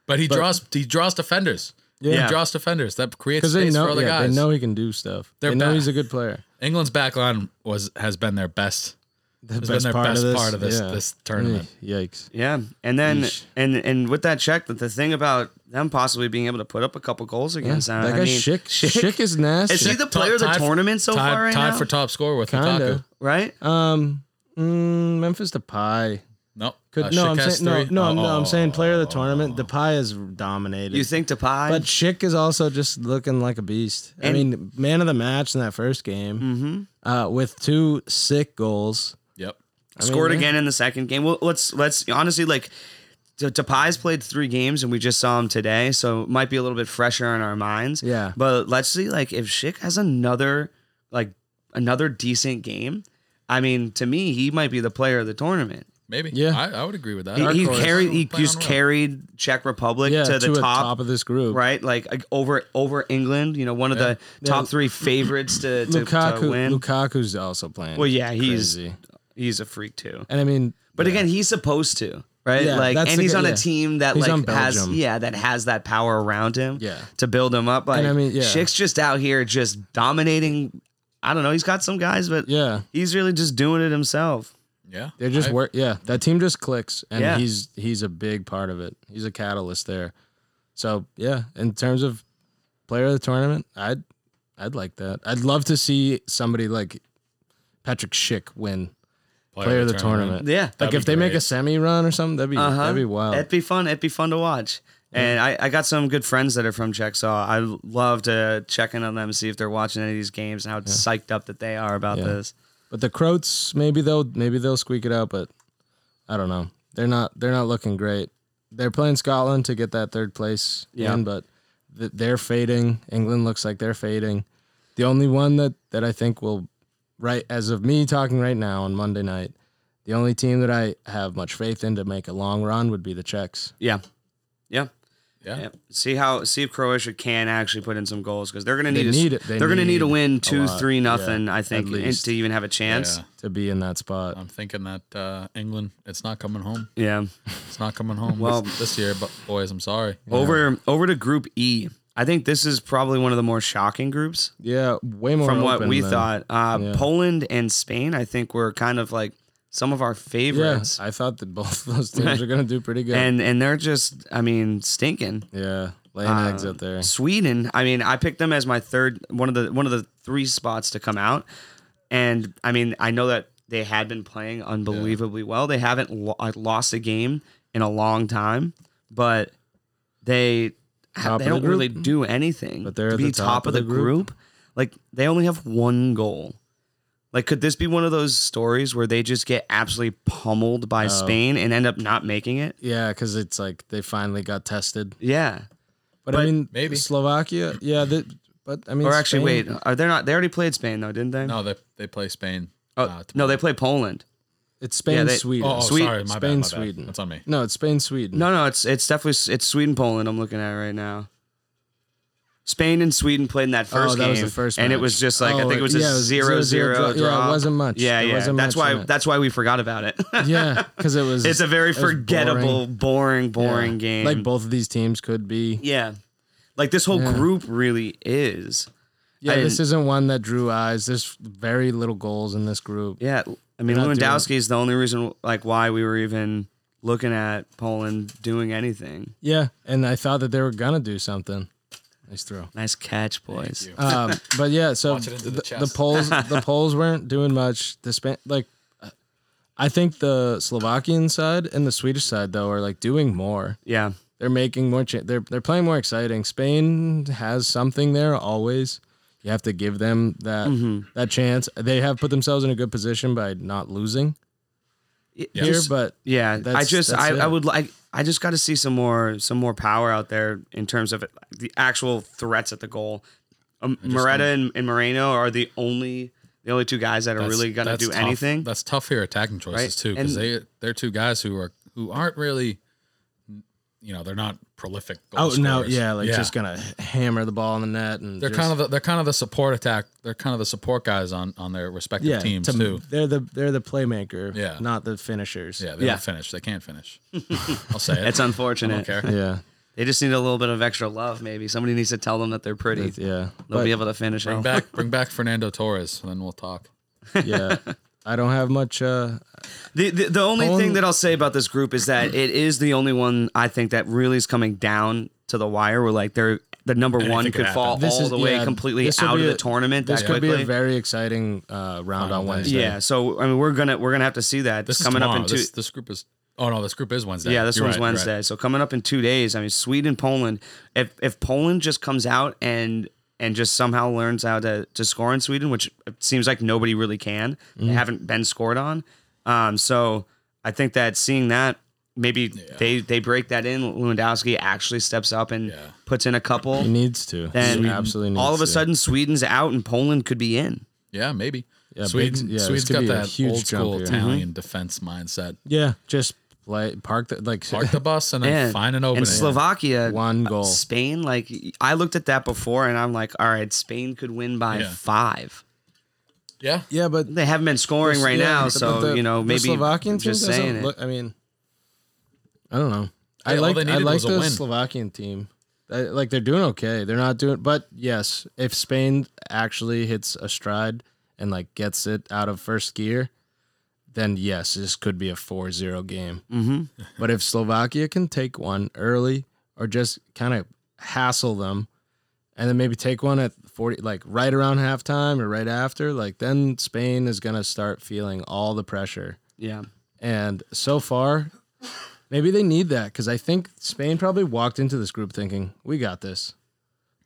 but he draws he draws defenders.
Yeah.
he draws defenders. That creates
Because they
space
know,
for other
yeah,
guys.
they know he can do stuff.
They're
they know
bad.
he's a good player.
England's back line was has been their best.
The
Has been their best part of this this tournament.
Yikes!
yeah. And then
Yeesh.
and and with that check, that the thing about them possibly being able to put up a couple goals against them.
that
I
guy
mean,
Schick, Schick is nasty.
Is he the player of the
Tied-
tournament so
tied,
far right
tied
now?
for top score with Lukaku.
Kinda.
right?
Um, mm, Memphis Depay.
Nope.
Could
Uh,
no, I'm
Schick has
saying no,
three.
no, I'm- no,
Oh,
I'm saying player of the
oh,
tournament. Depay is dominated.
You think Depay?
but Schick is also just looking like a beast. I
And-
mean, man of the match in that first game,
Mhm.
uh, with two sick goals.
Yep.
I mean,
scored
yeah.
again in the second game. Well, let's let's honestly like D- Depay's played three games and we just saw him today, so it might be a little bit fresher in our minds.
Yeah.
But let's see like if Schick has another like another decent game. I mean, to me, he might be the player of the tournament.
Maybe.
Yeah.
I, I would agree with that.
He, he
course.
carried, he
Playing
just
well.
carried Czech Republic
yeah,
to the
a
top,
top of this group.
right? Like like, over over England, you know, one of the top three favorites to, to, to
Lukaku,
win.
Lukaku's also playing.
Well, yeah, he's
crazy.
he's a freak too.
And I mean,
But again, he's supposed to, right?
Yeah,
like,
that's
and
the
he's
guy-
on a
yeah.
team that
He's on
like has
Belgium.
yeah that has that power around him,
Yeah.
to build him up. Like,
I mean, yeah.
Schick's just out here just dominating. I don't know. He's got some guys, but
yeah,
he's really just doing it himself.
Yeah.
They just
I-
work. Yeah, that team just clicks, and
Yeah.
he's he's a big part of it. He's a catalyst there. So yeah, in terms of player of the tournament, I'd I'd like that. I'd love to see somebody like Patrick Schick win player of the tournament.
Yeah,
Like
That'd
if
be
they make
great.
a semi run or something, that'd be
Uh-huh.
that'd be wild.
It'd be fun. It'd be fun to watch. And I, I got some good friends that are from Czech, so I love to check in on them, see if they're watching any of these games, and how psyched up that they are about
Yeah.
this.
but the Croats, maybe they'll maybe they'll squeak it out, but I don't know. They're not they're not looking great. They're playing Scotland to get that third place
Yeah.
win, but th- they're fading. England looks like they're fading. The only one that that I think will right as of me talking right now on Monday night, the only team that I have much faith in to make a long run would be the Czechs.
Yeah, yeah.
Yeah.
Yeah. See how see if Croatia can actually put in some goals because they're gonna
They
need, a,
need it. They
They are gonna need
need
a win
a
two
lot.
three nothing
Yeah,
I think
at
and
least.
to even have a chance.
Yeah.
To be in that spot,
I'm thinking that uh, England, it's not coming home.
Yeah.
It's not coming home
Well-
this, this year, but boys, I'm sorry.
Over over to Group E. I think this is probably one of the more shocking groups
yeah, way more
from what
open
we
than-
thought. Uh,
Yeah.
Poland and Spain I think were kind of like some of our
Yeah,
favorites,
I thought that both of those teams are gonna do pretty good.
and and they're just I mean stinking.
yeah, laying eggs out there.
Sweden. I mean, I picked them as my third one of the one of the three spots to come out, and I mean, I know that they had been playing unbelievably well. They haven't lo- like, lost a game in a long time, but they
Top
they
of the
don't really
group.
do anything.
But they're
to
at
be
the
top,
top
of the group. Like they only have one goal. Like, could this be one of those stories where they just get absolutely pummeled
Oh.
by Spain and end up not making it?
Yeah, because it's like they finally got tested.
Yeah.
But,
But
I mean,
maybe.
Slovakia. Yeah, they, but I mean,
Or actually,
Spain-
wait, are they not? They already played Spain though, didn't they?
No, they, they play Spain.
Oh,
uh,
no, they play Poland.
It's Spain,
Yeah, they-
Sweden.
Oh, oh,
Sweden-
sorry. My
Spain,
bad. My
Sweden.
Bad. That's on me.
No, it's Spain, Sweden.
No, no, it's it's definitely s- it's Sweden Poland. I'm looking at right now. Spain and Sweden played in that first
Oh, that
game,
was the first
and it
match.
was just like I
Oh,
think it was a
yeah, it was
zero zero
0-0
draw.
draw. Yeah, it wasn't much.
Yeah,
It
yeah.
wasn't
that's
much
why
in it.
that's why we forgot about it.
Yeah, because it was.
it's a
it
very
was
forgettable, boring,
boring.
boring,
Yeah.
game.
Like both of these teams could be.
yeah, like this whole
Yeah.
group really is.
Yeah,
and-
this isn't one that drew eyes. There's very little goals in this group.
Yeah, I mean
They're not doing
Lewandowski is the only reason like why we were even looking at Poland doing anything.
Yeah, and I thought that they were gonna do something. Nice throw.
Nice catch, boys.
you.
um, but yeah, so
Launch it into
the,
the
the,
chest.
polls the polls weren't doing much. The Span- like I think the Slovakian side and the Swedish side though are like doing more.
Yeah,
They're making more. Cha- they're they're playing more exciting. Spain has something there always. You have to give them that that chance. They have put themselves in a good position by not losing
yeah.
here,
Just-
but
Yeah, I
That's-
just
that's
I,
it.
I would like I just got to see some more some more power out there in terms of it, the actual threats at the goal. Um, Moretta and, and Moreno are the only the only two guys that are
That's-
really gonna
that's
do
tough.
anything.
That's tough for your attacking choices
Right?
too, because
And-
they they're two guys who are who aren't really you know they're not prolific.
Oh
Goal
no,
scorers.
yeah, like just gonna hammer the ball in the net and
they're
just-
kind of the, they're kind of the support attack. They're kind of the support guys on on their respective
yeah,
teams
to-
too.
They're the they're the playmaker,
Yeah.
not the finishers.
Yeah, they
Yeah.
don't finish. They can't finish. I'll say it.
It's
I don't
unfortunate.
care.
yeah,
They just need a little bit of extra love, maybe. Somebody needs to tell them that they're pretty.
It's- yeah.
They'll
But,
be able to finish
Bring
it.
back bring back Fernando Torres, and then we'll talk.
yeah, I don't have much. Uh,
The, the, the only
Only-
thing that I'll say about this group is that it is the only one I think that really is coming down to the wire where like they're the number one
could
could fall
This
all
is-
the way
yeah,
completely
this would
out of
be
the
a-
tournament
this
that
could
quickly.
be a very exciting uh, round on
Final
Wednesday.
day.
yeah, so I mean we're gonna we're gonna have to see that
This is
coming up
tomorrow.
in two
This, this group is. Oh no, this group is Wednesday.
Yeah, this
You're
one's
right, you're right.
Wednesday. So coming up in two days. I mean, Sweden, Poland. If if Poland just comes out and and just somehow learns how to to score in Sweden, which it seems like nobody really can.
Mm-hmm.
They haven't been scored on. Um, so I think that seeing that maybe they they break that in. Lewandowski actually steps up and
Yeah. Mm,
puts in a
He
couple.
needs to.
Then
he absolutely needs
all of a
to.
sudden, Sweden's out and Poland could be in.
Yeah, maybe.
Yeah,
Sweden.
big- yeah, this
Sweden's
could
got
be a
that
huge
old school
jump here.
Italian defense mindset.
Yeah, just play park the like
Park the bus and then
And-
find an opening.
And Slovakia, uh,
one goal.
Spain, like I looked at that before, and I'm like, all right, Spain could win by
Yeah.
five.
yeah,
Yeah, but
They haven't been scoring right
yeah,
now,
but
so
the-
you know
the
maybe
Slovakian team
just
doesn't
saying it.
look- I mean, I don't know. I
Hey, all
like
they
I
needed
like
was a
the
win.
Slovakian team. I- like they're doing okay. They're not doing, but yes, if Spain actually hits a stride and like gets it out of first gear, then yes, this could be a 4-0 game.
Mhm.
Mm-hmm.
but if Slovakia can take one early or just kind of hassle them and then maybe take one at 40 like right around halftime or right after like then spain is going to start feeling all the pressure
Yeah,
and so far maybe they need that because i think spain probably walked into this group thinking we got this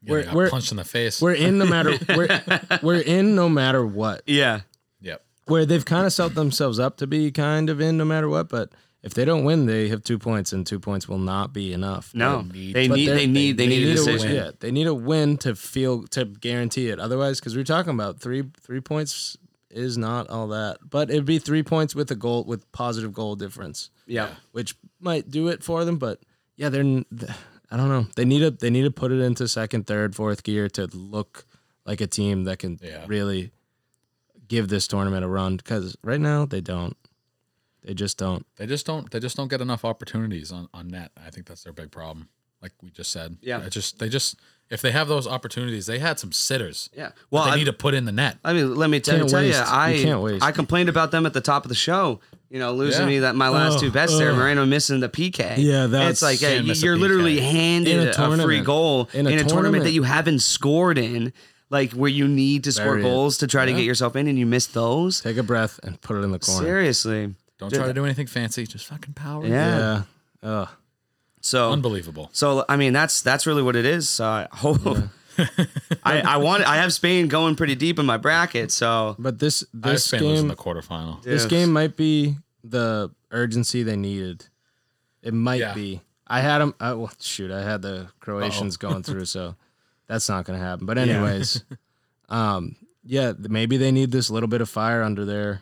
yeah
We're-
they got
we're-
punched in the face.
we're in no matter we're, we're in no matter what
yeah,
Yep.
where they've kind of set themselves up to be kind of in no matter what but if they don't win they have two points and two points will not be enough
no,
They need-
they
But
need,
they're-
they need, they need, a
a
decision.
win. Yeah, they need a win to feel to guarantee it. Otherwise, because we're talking about three three points is not all that, but it'd be three points with a goal with positive goal difference,
Yeah,
which might do it for them. But yeah, they're n- th- I don't know. They need to they need to put it into second, third, fourth gear to look like a team that can
Yeah.
really give this tournament a run. Because right now they don't. They just don't.
They just don't. They just don't get enough opportunities on on net. I think that's their big problem. Like we just said.
Yeah.
It just they just if they have those opportunities, they had some sitters.
yeah.
Well,
Well,
they
I,
need to put in the net.
I mean, let me tell,
Can't
tell you,
waste. You
I
can't waste.
I complained about them at the top of the show. You know, losing
Yeah.
me that my last
Oh,
two bets there,
oh.
Moreno missing the PK.
Yeah,
it's
that's-
like hey,
Can't miss a
you're
PK.
literally
In a
handed a, free
tournament.
goal in a, tournament. that you haven't scored in, like where you need to score
Bury it.
goals to try to get yourself in, and you miss those.
Take a breath and put it in the corner.
Seriously,
Don't try to do anything fancy. Just fucking power.
Yeah.
Yeah. Ugh.
so
Unbelievable.
So I mean, that's that's really what it is. So I hope I, I want I have Spain going pretty deep in my bracket. So
But this
I have
this
Spain losing
game
the quarterfinal.
this
Yes.
game might be the urgency they needed. It might
Yeah.
be. I had them. I, well, shoot, I had the Croatians going through, so that's not going to happen. But anyways, um, yeah, th- maybe they need this little bit of fire under their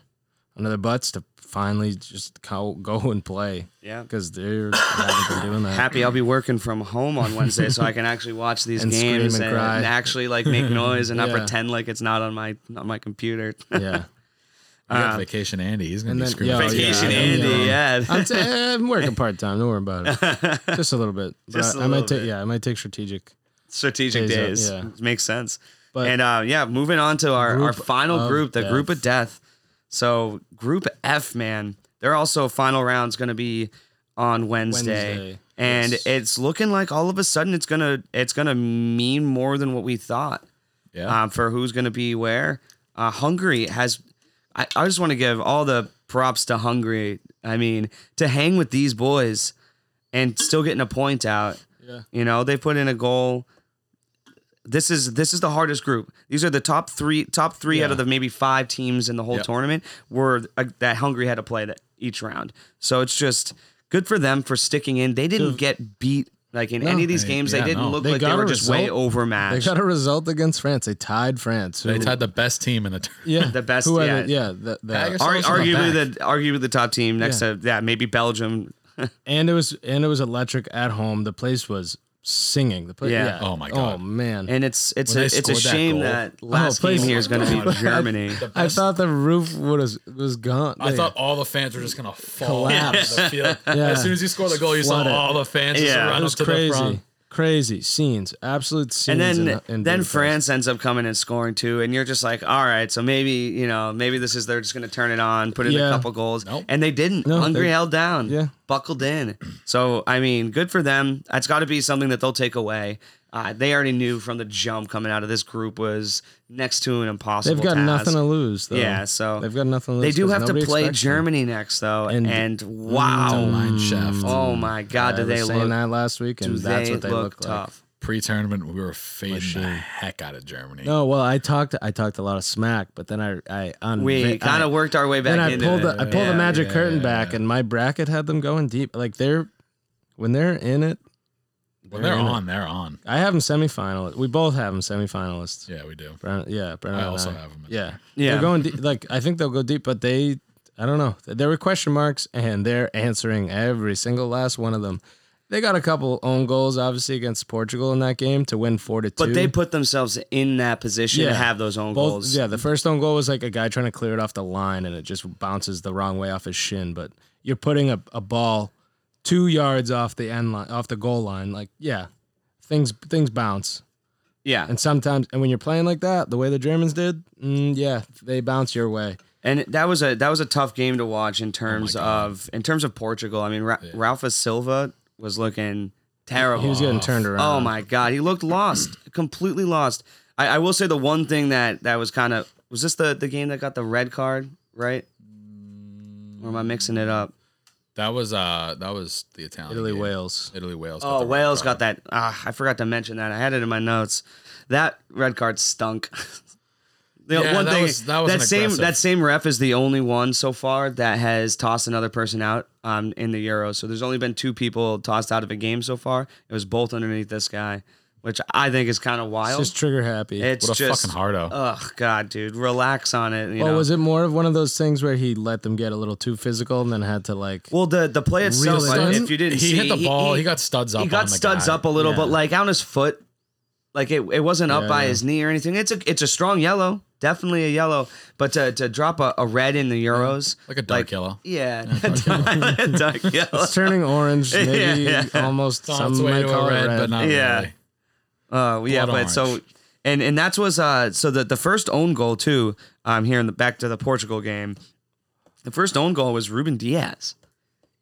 under their butts to finally just go, go and play
yeah,
because they're they haven't been doing that.
happy I'll be working from home on Wednesday, so I can actually watch these
And scream
games
and
and,
cry.
and actually like make noise and not
Yeah.
pretend like it's not on my on my computer.
Yeah,
We got vacation Andy. He's gonna
and
be
then-
screaming.
yeah, oh,
Vacation
yeah.
Andy, yeah.
I'm, t- I'm working part time. Don't worry about it. Just a little bit. But
Just
I-
a
I might
little
take.
bit.
Yeah, I might take strategic.
Strategic days
Days up,
makes sense.
But-
and uh, yeah, moving on to our, our
Group
final
of
group, the
death.
group of death. So group F, man, they're also final round's going to be on Wednesday,
Wednesday,
and
yes.
it's looking like all of a sudden it's gonna it's gonna mean more than what we thought
Yeah.
um, for who's going to be where. Uh, Hungary has. I, I just want to give all the props to Hungary. I mean, to hang with these boys and still getting a point out.
Yeah.
You know, they put in a goal. This is this is the hardest group. These are the top three, top three out of the maybe five teams in the whole
Yeah.
tournament were uh, that Hungary had to play that each round. So it's just good for them for sticking in. They didn't get beat like in any of these
They-
games.
yeah,
they didn't
no.
look
They
like they
got
were
a
just way
result.
overmatched.
They got a result against France. They tied France.
They
who-
tied the best team in the tournament.
yeah,
the best-
Who are
yeah.
the, yeah, the, the-
Tigers.
Ar-
Someone's on the
arguably the arguably the top team next
Yeah.
to yeah maybe Belgium
and it was and it was electric at home. The place was singing. The place,
Yeah.
yeah.
Oh my
Oh
God.
man.
And it's it's
When
a,
they
it's a
scored that
shame
goal-
that, last game
Oh, please.
here is going to be
God.
Germany.
The
I
best-
thought the roof was was gone.
I thought all the fans were just gonna fall
Collapse.
collapse the field.
Yeah.
As soon as you scored the goal, you
Flooded.
saw all the fans just
Yeah.
run
it was
up to the
crazy,
front.
crazy scenes, absolute
and
scenes.
then
in, in
then
Budapest.
France ends up coming and scoring too, and you're just like, all right, so maybe you know maybe this is they're just going to turn it on, put in a
Yeah.
couple goals,
Nope.
and they didn't.
No,
Hungary
they-
held down,
Yeah.
buckled in. So I mean, good for them. That's got to be something that they'll take away. Uh, they already knew from the jump coming out of this group was next to an impossible.
They've got
task.
nothing to lose. Though.
Yeah, so
they've got nothing. To lose
They do
'cause
have to
nobody
play
expects them.
Germany next though, and,
And-
wow,
Line shaft.
Um, oh my God, do
I was
they
saying
look?
that last week,
Do
and that's
they
what they
look,
look, like.
tough?
Pre-tournament, we were fading
Machine.
the heck out of Germany.
No, well, I talked. I talked a lot of smack, but then I, I on
We kind of worked our way back
Then I
into
pulled
it.
the, I pulled
Yeah.
the magic
yeah,
curtain
yeah,
back,
yeah.
and my bracket had them going deep. Like they're when they're in it.
when they're
in it.
on, they're on.
I have them semifinalists. We both have them semifinalists.
Yeah, we do.
Brenna- yeah, Brenna
I
and
also have them.
Yeah,
Yeah.
They're going deep. Like I think they'll go deep, but they, I don't know. There were question marks, and they're answering every single last one of them. They got a couple own goals, obviously against Portugal in that game to win four to two.
But they put themselves in that position to
Yeah.
have those own
Both-
goals.
Yeah, the first own goal was like a guy trying to clear it off the line, and it just bounces the wrong way off his shin. But you're putting a, a ball two yards off the end line, off the goal line. Like, yeah, things things bounce,
Yeah.
and sometimes, and when you're playing like that, the way the Germans did, mm, yeah, they bounce your way.
And that was a that was a tough game to watch
Oh
in terms of in terms of Portugal. I mean, Ra- Rafa Silva was looking terrible.
He was getting turned around.
Oh my god, he looked lost, completely lost. I, I will say the one thing that that was kind of was this the the game that got the red card, right? Or am I mixing it up?
That was uh, that was the Italian.
Italy
game.
Wales.
Italy Wales. got
Oh,
the red
Wales
card.
got that. Ah, I forgot to mention that. I had it in my notes. That red card stunk. The
Yeah, that was- that was an
same
aggressive.
that same ref is the only one so far that has tossed another person out um, in the Euro. So there's only been two people tossed out of a game so far. It was both underneath this guy, which I think is kind of
It's
wild.
just trigger happy.
It's
What a
just uh,
fucking hardo.
Ugh, God, dude, relax on it. You
well,
know?
was it more of one of those things where he let them get a little too physical and then had to like?
Well, the the play itself,
Really?
like,
Studs?
if you didn't
He
see,
hit the ball. He, got studs up.
he got
on the
studs
guy.
up a little, but
Yeah.
like on his foot, like it, it wasn't up
Yeah,
by
yeah.
his knee or anything. It's a it's a strong yellow, definitely a yellow. But to, to drop a, a red in the Euros,
like a dark
like-
yellow.
yeah, dark yellow.
it's turning orange, maybe
Yeah, yeah.
almost.
It's on
some
its way
might
to
call
a
it
red,
red.
but not
Yeah.
really.
Uh, yeah, but
Blood
so
orange.
and and that's was uh so the the first own goal too. Um, here in the back to the Portugal game, the first own goal was Ruben Diaz.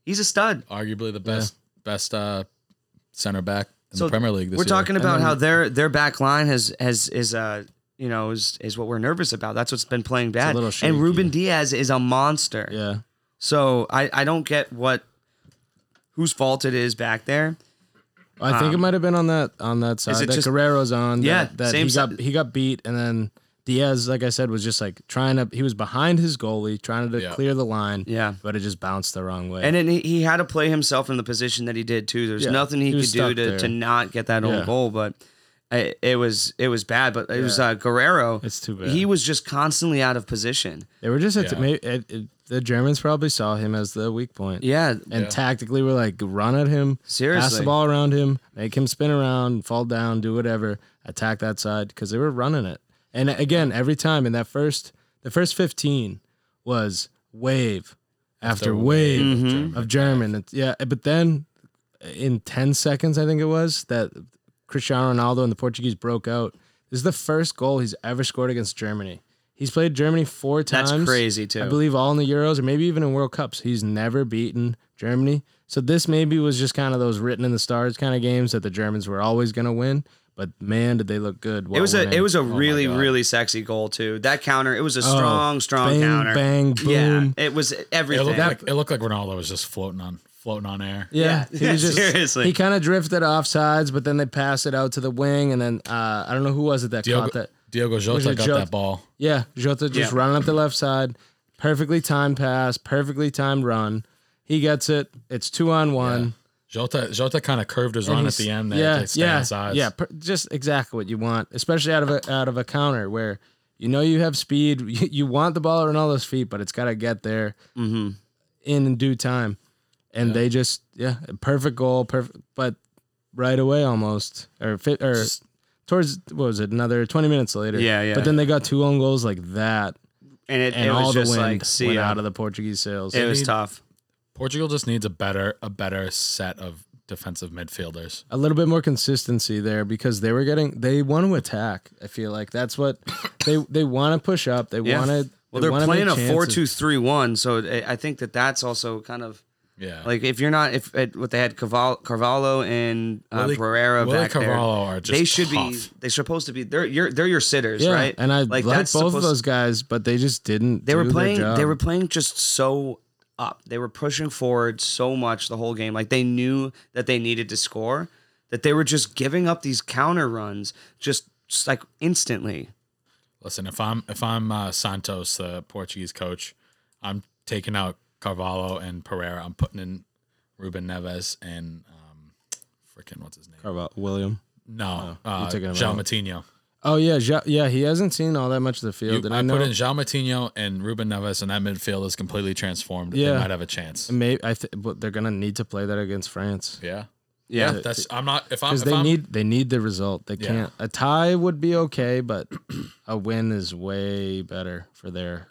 He's a stud.
Arguably the best best uh center back in
So
the Premier League this
we're
year.
talking about
then-
how their their back line has has is uh you know is is what we're nervous about. That's what's been playing bad.
little
And
shaky.
Ruben Diaz is a monster.
yeah.
So I I don't get what whose fault it is back there.
I think it might have been on that on that side
Um, it
that
just-
Guerrero's on. that-
Yeah,
that,
same
he
side.
got he got beat, and then Diaz, like I said, was just like trying to. He was behind his goalie, trying to
Yeah.
clear the line.
Yeah.
but it just bounced the wrong way.
And then he, he had to play himself in the position that he did too. There's
Yeah,
nothing
he
he,
was
could do
stuck
to,
there.
to not get that own
Yeah.
goal, but it, it was it was bad. But it was uh, Guerrero.
It's too bad.
He was just constantly out of position.
they were just at
Yeah.
maybe, it, it, the Germans probably saw him as the weak point.
Yeah,
And
Yeah.
tactically, we're like, run at him, pass
Seriously.
the ball around him, make him spin around, fall down, do whatever, attack that side because they were running it. And again, every time in that first, the first fifteen was wave after wave
Mm-hmm.
Mm-hmm.
of German. It's- Yeah, but then in ten seconds, I think it was that Cristiano Ronaldo and the Portuguese broke out. This is the first goal he's ever scored against Germany. He's played Germany four times.
that's crazy too.
I believe all in the Euros or maybe even in World Cups. He's never beaten Germany. So this maybe was just kind of those written in the stars kind of games that the Germans were always going to win. But man, did they look good.
It
while Oh
was a
winning.
it was a
my
really
God.
really sexy goal too. That counter, it was a strong strong
Oh, bang,
counter.
bang, boom.
Yeah, it was
It
everything.
looked like it looked like Ronaldo was just floating on floating on air.
Yeah,
Yeah,
he was just,
seriously.
He kind of drifted off sides, but then they passed it out to the wing, and then uh, I don't know who was it that
Diogo,
caught that.
Diogo
was
Jota
it
got
Jota?
that ball.
Yeah, Jota just
Yeah.
running up the left side, perfectly timed pass, perfectly timed run. He gets it. It's two on one.
Jota Jota kind of curved his run
And
at
he's-
the end there. to stay
yeah,
on sides.
yeah. per- just exactly what you want, especially out of a out of a counter where you know you have speed,
Mm-hmm.
you, you want the ball at Ronaldo's feet, but it's got to get there in due time. and they just yeah, perfect goal, perfect, but right away almost or fit or
Just-
towards what was it another twenty minutes later.
Yeah, yeah.
But then they got two own goals like that,
and it,
and
it
all
was
the
just
wind
like see
went
ya.
out of the Portuguese sails.
it was
need-
tough.
Portugal just needs a better a better set of defensive midfielders.
a little bit more consistency there because they were getting they want to attack. I feel like that's what they they want to push up. They
Yeah.
want to.
Well, they're playing a four-two-three-one, so I- I think that that's also kind of
Yeah.
like if you're not if at, what they had Caval- Carvalho and uh,
Willy-
Pereira
Willy
back
Carvalho
there,
are just
they should be
tough.
they're supposed to be they're your they're your sitters,
Yeah,
right?
and I like,
that's
both of
supposed-
those guys, but they just didn't.
They were
do their
playing.
job.
They were playing just so up. They were pushing forward so much the whole game. Like they knew that they needed to score. That they were just giving up these counter runs just, just like instantly.
Listen, if I'm if I'm uh, Santos, the Portuguese coach, I'm taking out Carvalho and Pereira. I'm putting in Ruben Neves and um, freaking what's his name?
How about William.
No,
Oh, you're
uh,
taking him
João
out.
Matinho.
Oh yeah, Ja- yeah. He hasn't seen all that much of the
You-
field, and
I,
I, know.
put in Jean Matinho and Ruben Neves, and that midfield is completely transformed.
Yeah.
They might have a chance.
Maybe I th- but they're gonna need to play that against France
Yeah,
Yeah.
that's. I'm not. If I'm,
because
if
they
I'm
need they need the result. They
Yeah.
can't. A tie would be okay, but a win is way better for their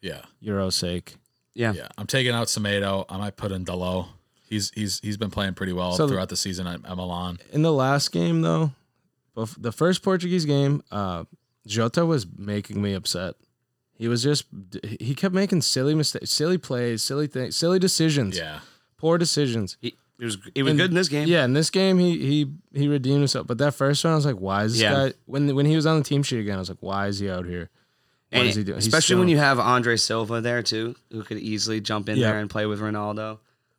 yeah,
Euro sake.
Yeah.
yeah. I'm taking out Semedo. I might put in Delo. He's he's he's been playing pretty well
So-
throughout the season at, at Milan.
In the last game though, bef- the first Portuguese game, uh, Jota was making me upset. He was just he kept making silly mistakes, silly plays, silly things, silly decisions,
Yeah,
poor decisions.
He, he was he was
And-
good in this game.
Yeah, in this game he he he redeemed himself, but that first one I was like, why is this
Yeah.
guy? When when he was on the team sheet again, I was like, why is he out here? What
And
is he doing? He's
Especially when
still-
you have Andre Silva there too, who could easily jump in
Yeah.
there and play with Ronaldo.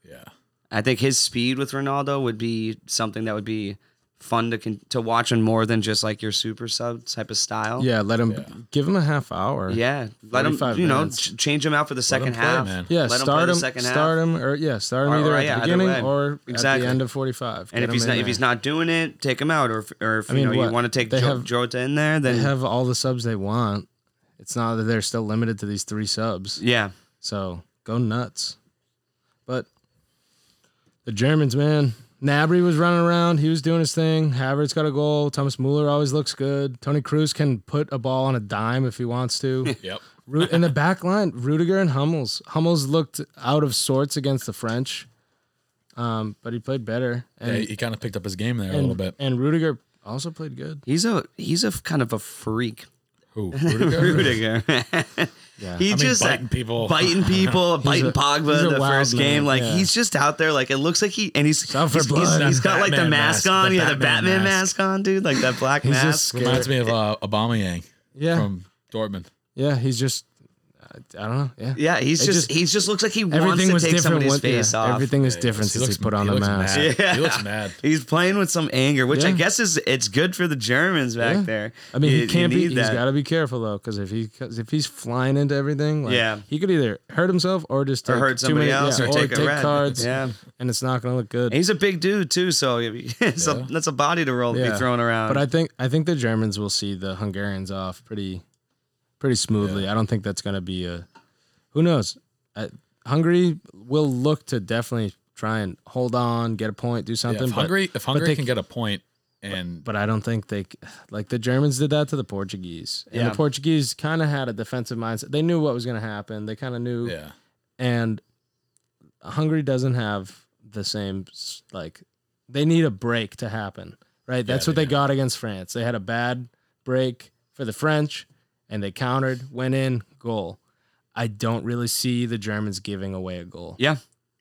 yeah.
I think his speed with Ronaldo would be something that would be fun to con- to watch and more than just like your super sub type of style.
Yeah, let him
Yeah.
give him a half hour.
Yeah, let him
45
you know
minutes.
ch- change him out for the second
play,
half.
man.
Yeah,
let him play
start
the
him,
second
start
half.
him, or yeah, start him
Or-
either
or,
at
yeah,
the
either
beginning
way.
or
Exactly.
at the end of forty-five.
And
Get
if
him
he's
in
not if
there.
he's not doing it, take him out. Or if, or if
I
you
mean,
know you
what?
want to take
They
jo-
have-
Jota in there, then
they have all the subs they want. It's not that they're still limited to these three subs.
yeah,
So go nuts. But the Germans, man. Nabry was running around. He was doing his thing. Havertz got a goal. Thomas Muller always looks good. Tony Cruz can put a ball on a dime if he wants to.
Yep.
Ru- In the back line, Rudiger and Hummels. Hummels looked out of sorts against the French, um, but he played better.
yeah,
And,
he kind of picked up his game there a
and-
little bit.
And Rudiger also played good.
he's a he's a f- kind of a freak.
Who? Rudiger?
Rudiger.
Yeah.
He
I mean,
just like,
biting people.
biting people, biting
a- he's
Pogba
a
the
wild
first game.
man,
Like
yeah.
he's just out there. Like it looks like he and he's
Suffer
he's, he's-
blood.
he's got like the
Batman
mask
mask,
on,
the
yeah, the
Batman
Batman mask.
mask.
on, dude, like that black
He's
mask.
just scared.
Reminds me of uh, Aubameyang
Yeah.
from Dortmund.
yeah. He's just, I, I don't know. Yeah.
Yeah, he's
It
just,
just-
he's just looks like he wants
Everything
to
was
take
different.
somebody's
when- yeah,
face off.
Everything is different
He
since
looks-
he put on
he
the
looks
mask.
mad.
Yeah.
He looks mad.
He's playing with some anger, which I
Yeah.
guess is it's good for the Germans back
Yeah.
there.
I mean,
You-
he
you
can't be.
need
He's
that.
got to be careful though, because if he 'cause if he's flying into everything, like,
Yeah.
he could either hurt himself or just take
or hurt
too
somebody
many-
else
yeah,
or, take, a red.
cards.
Yeah,
and it's not gonna look good.
And he's a big dude too, so it's a- that's a body to roll to
Yeah.
be thrown around.
But I think I think the Germans will see the Hungarians off pretty pretty smoothly. I don't think that's gonna be a. Who knows? I, Hungary will look to definitely try and hold on, get a point, do
Yeah,
something.
if
but-
Hungary, if Hungary
they-
can get a point and
but I don't think they like the Germans did that to the Portuguese. And
Yeah.
the Portuguese kind of had a defensive mindset. They knew what was going to happen. They kind of knew.
yeah,
And Hungary doesn't have the same s- like they need a break to happen, right? That's
they
what they got against France. They had a bad break for the French and they countered, went in, goal. I don't really see the Germans giving away a goal.
yeah,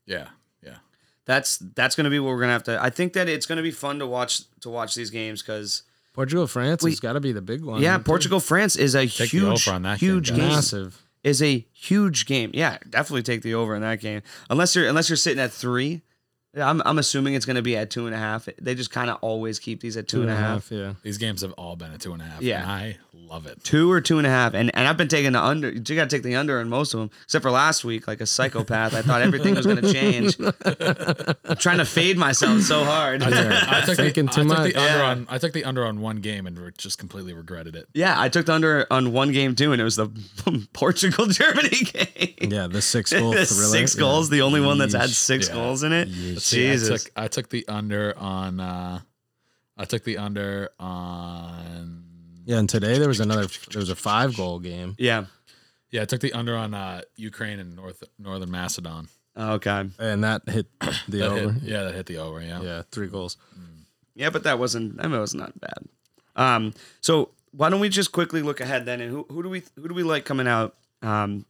yeah, yeah.
that's that's gonna be what we're gonna have to. I think that it's gonna be fun to watch to watch these games because
Portugal France has got to be the big one.
yeah, Portugal France is a
Take the
huge
over on that game,
huge
guys.
game.
massive.
Is a huge game. Yeah, definitely take the over in that game unless you're unless you're sitting at three. Yeah, I'm I'm assuming it's going to be at two and a half. They just kind of always keep these at two and a half.
Yeah.
These games have all been at two and a half.
Yeah.
and I love it.
Two or two and a half, and and I've been taking the under. You got to take the under in most of them, except for last week. Like a psychopath, I thought everything was going to change. I'm trying to fade myself so hard.
I took, the,
Thinking too
I took
much.
the under
Yeah.
on I took the under on one game and re- just completely regretted it.
yeah, I took the under on one game too, and it was the Portugal Germany game.
Yeah, the six goal thriller.
The six goals, the only one that's had
Yeesh.
six
Yeah.
goals in it.
Yeesh.
See, I
Jesus.
took I took the under on uh I took the under on
Yeah, and today there was another. There was a five goal game.
Yeah.
Yeah, I took the under on uh Ukraine and North Northern Macedon.
Oh god.
and that hit the
That
over.
hit- yeah, that hit the over, yeah.
yeah, three goals.
Yeah, but that wasn't. I mean, it was not bad. Um. So why don't we just quickly look ahead then, and who who do we who do we like coming out? Um.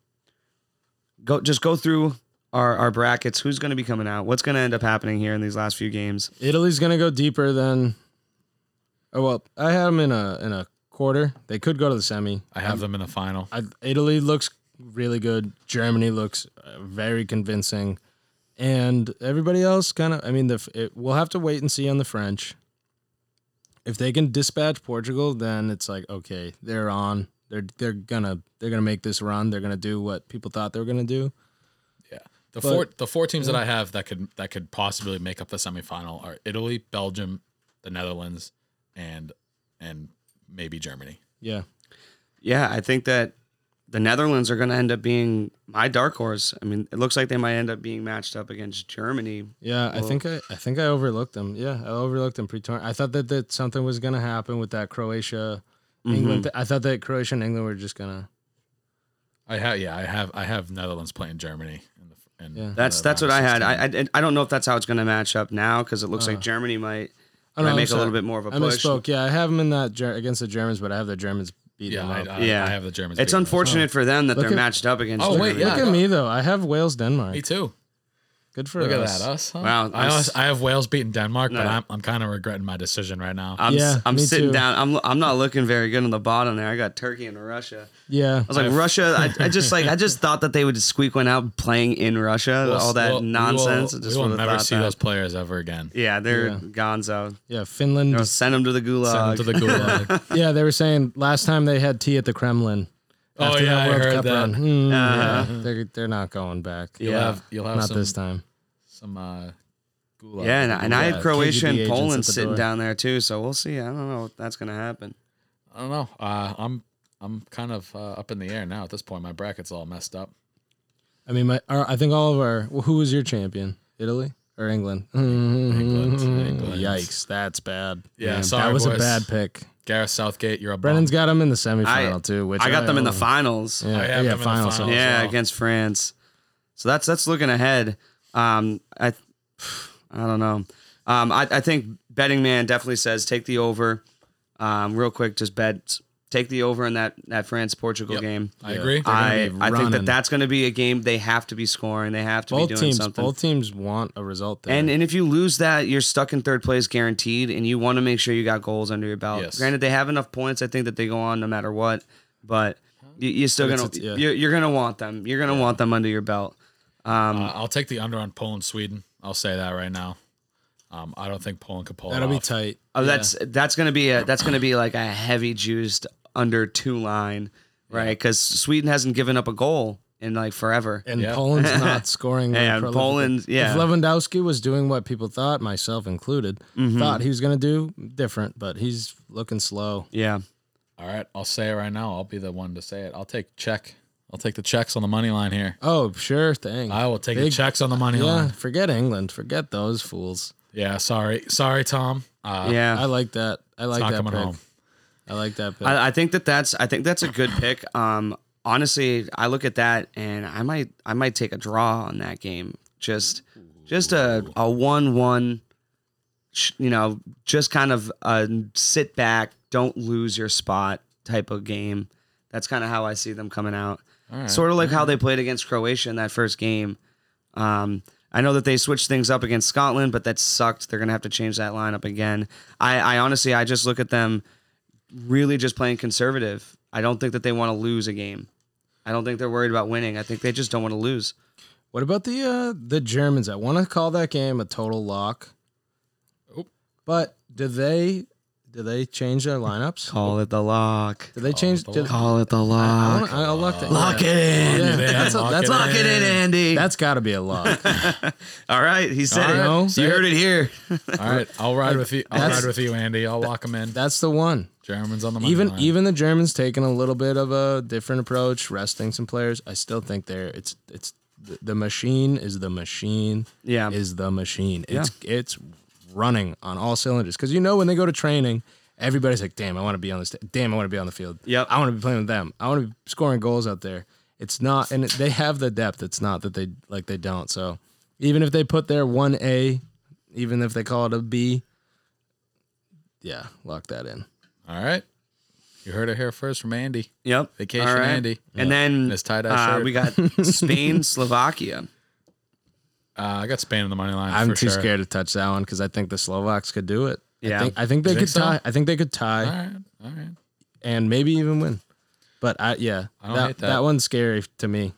Go just go through our our brackets. Who's going to be coming out? What's going to end up happening here in these last few games?
Italy's gonna go deeper than. Oh well, I had them in a in a quarter. They could go to the semi.
I have them in the final.
I, Italy looks really good. Germany looks uh, very convincing, and everybody else kind of. I mean, the it, we'll have to wait and see on the French. If they can dispatch Portugal, then it's like okay, they're on. They're they're gonna they're gonna make this run. They're gonna do what people thought they were gonna do.
Yeah. The
But-
four the four teams that I have that could that could possibly make up the semifinal are Italy, Belgium, the Netherlands, and and maybe Germany.
Yeah,
Yeah, I think that the Netherlands are going to end up being my dark horse. I mean, it looks like they might end up being matched up against Germany.
Yeah, I think I, I think I overlooked them. Yeah, I overlooked them pre tournament. I thought that, that something was gonna happen with that Croatia,
Mm-hmm.
England. I thought that Croatia and England were just gonna.
I have yeah, I have I have Netherlands playing Germany in the in
Yeah.
That's
the
that's what I
round of
had.
16.
I, I I don't know if that's how it's going to match up now because it looks like Germany might
Uh. I
might
I'm
make a little
sorry.
bit more of a
I
push.
misspoke. Yeah, I have them in that Ger- against the Germans, but I have the Germans beating
yeah,
them
I,
up.
I,
Yeah.
I have the Germans.
It's
beating them.
unfortunate for them that
Look
they're
at-
matched up against.
Oh, wait,
Germany.
Look
yeah.
at me though. I have Wales, Denmark.
Me too.
Good for
Look at
us.
that, us. Huh?
Wow,
I,
I'm
always-
s-
I have Wales beating Denmark, but
No. Uh,
I'm, I'm kind of regretting my decision right now.
I'm,
Yeah,
I'm
me
sitting
too.
down. I'm I'm not looking very good on the bottom there. I got Turkey and Russia.
Yeah.
I was like Russia. I, I just like I just thought that they would squeak one out playing in Russia.
We'll-
all that
we'll- we will-
nonsense. I
We will,
just would have
never
thought
see
that.
those players ever again.
Yeah, they're
Yeah.
Gonzo.
Yeah. Finland.
You know, send them to the gulag.
Send them to the gulag.
yeah, they were saying last time they had tea at the Kremlin.
Oh, yeah, I heard that.
Hmm,
Uh-huh.
yeah, they're they're not going back.
Yeah.
You'll have, you'll have
Not
some,
this time.
some uh, gulag.
yeah, and, and I
Yeah,
had Croatia
KGB
and
agents
Poland
at the
sitting
door.
down there too. So we'll see. I don't know if that's gonna happen.
I don't know. Uh, I'm I'm kind of uh, up in the air now at this point. My bracket's all messed up.
I mean, my our, I think all of our. Well, who was your champion? Italy or England? England.
England.
Yikes, that's bad.
Yeah, sorry,
that was a
boys.
bad pick.
Gareth Southgate, you're a
Brennan's
Brennan's.
got him in the semifinal
I-
too. Which
I got them in the
oh,
finals.
Yeah,
I have
yeah,
them in the
final.
finals.
so-
yeah,
well.
against France. So that's that's looking ahead. Um, I I don't know. Um, I, I think betting man definitely says take the over. Um, real quick, just bet take the over in that that France Portugal
Yep.
game.
I agree.
I,
be
I think
running.
that that's going to be a game they have to be scoring. They have to
Both
be doing
teams,
something.
both teams want a result there.
And and if you lose that, you're stuck in third place guaranteed, and you want to make sure you got goals under your belt.
Yes.
Granted, they have enough points. I think that they go on no matter what, but you, you're still
But it's-
gonna
it's- yeah.
you're, you're gonna want them. You're gonna want them under your belt. Um,
Uh, I'll take the under on Poland, Sweden. I'll say that right now. Um, I don't think Poland could pull
That'll
it
be
off.
tight.
oh, that's that's gonna be a that's gonna be like a heavy juiced under two line, right? Because Sweden hasn't given up a goal in like forever.
And
Yeah.
Poland's not scoring. like
And
prolifically.
Poland, yeah.
If Lewandowski was doing what people thought, myself included,
Mm-hmm.
thought he was going to do different, but he's looking slow.
yeah.
All right, I'll say it right now. I'll be the one to say it. I'll take check. I'll take the checks on the money line here.
Oh, sure thing.
I will take the
Big-
checks on the money
Yeah,
line.
forget England. Forget those fools.
Yeah, sorry, sorry, Tom. Uh,
yeah.
I like that. I like
not
that
coming
pick.
home.
I like that pick.
I, I think that that's I think that's a good pick. Um, honestly, I look at that and I might I might take a draw on that game. Just just a a one one. You know, just kind of a sit back, don't lose your spot type of game. That's kind of how I see them coming out. Sort of like how they played against Croatia in that first game. Um, I know that they switched things up against Scotland, but that sucked. They're gonna have to change that lineup again. I, I honestly, I just look at them really just playing conservative. I don't think that they want to lose a game. I don't think they're worried about winning. I think they just don't want to lose.
What about the uh, the Germans? I want to call that game a total lock.
Oh.
But do they do they change their lineups?
Call it the lock.
Do they change?
the
do-
lock.
Call it the
I
lock.
wanna- I- I'll lock, that-
lock
yeah.
it in.
Yeah,
it in,
that's a-
lock
that's
it
Lock it in, Andy.
That's got to be a lock.
All right. He said
All
it.
right,
You
say
heard it here.
All right, I'll ride with you. I'll
That's-
ride with you, Andy. I'll lock him in.
That's the one.
Germans on the money
Even e-
line.
even the Germans taking a little bit of a different approach, resting some players. I still think they're it's it's the, the machine is the machine
Yeah.
is the machine. It's it's running on all cylinders because you know when they go to training, everybody's like, "Damn, I want to be on this. Damn, I want to be on the field.
Yep.
I want to be playing with them. I want to be scoring goals out there." It's not, and they have the depth. It's not that they like they don't. So even if they put their one A, even if they call it a B, yeah, lock that in.
All right, you heard it here first from Andy.
Yep.
Vacation
All right.
Andy.
And then
His tie-dye
uh,
shirt.
we got Spain, Slovakia.
Uh, I got Spain on the money line.
I'm
for
too
sure.
scared to touch that one because I think the Slovaks could do it.
Yeah.
I think, I think they
You
could
think so?
tie. I think they could tie
All right, all right. I'm
and maybe even win. But I yeah,
I don't
that,
hate
that.
that.
one's scary to me.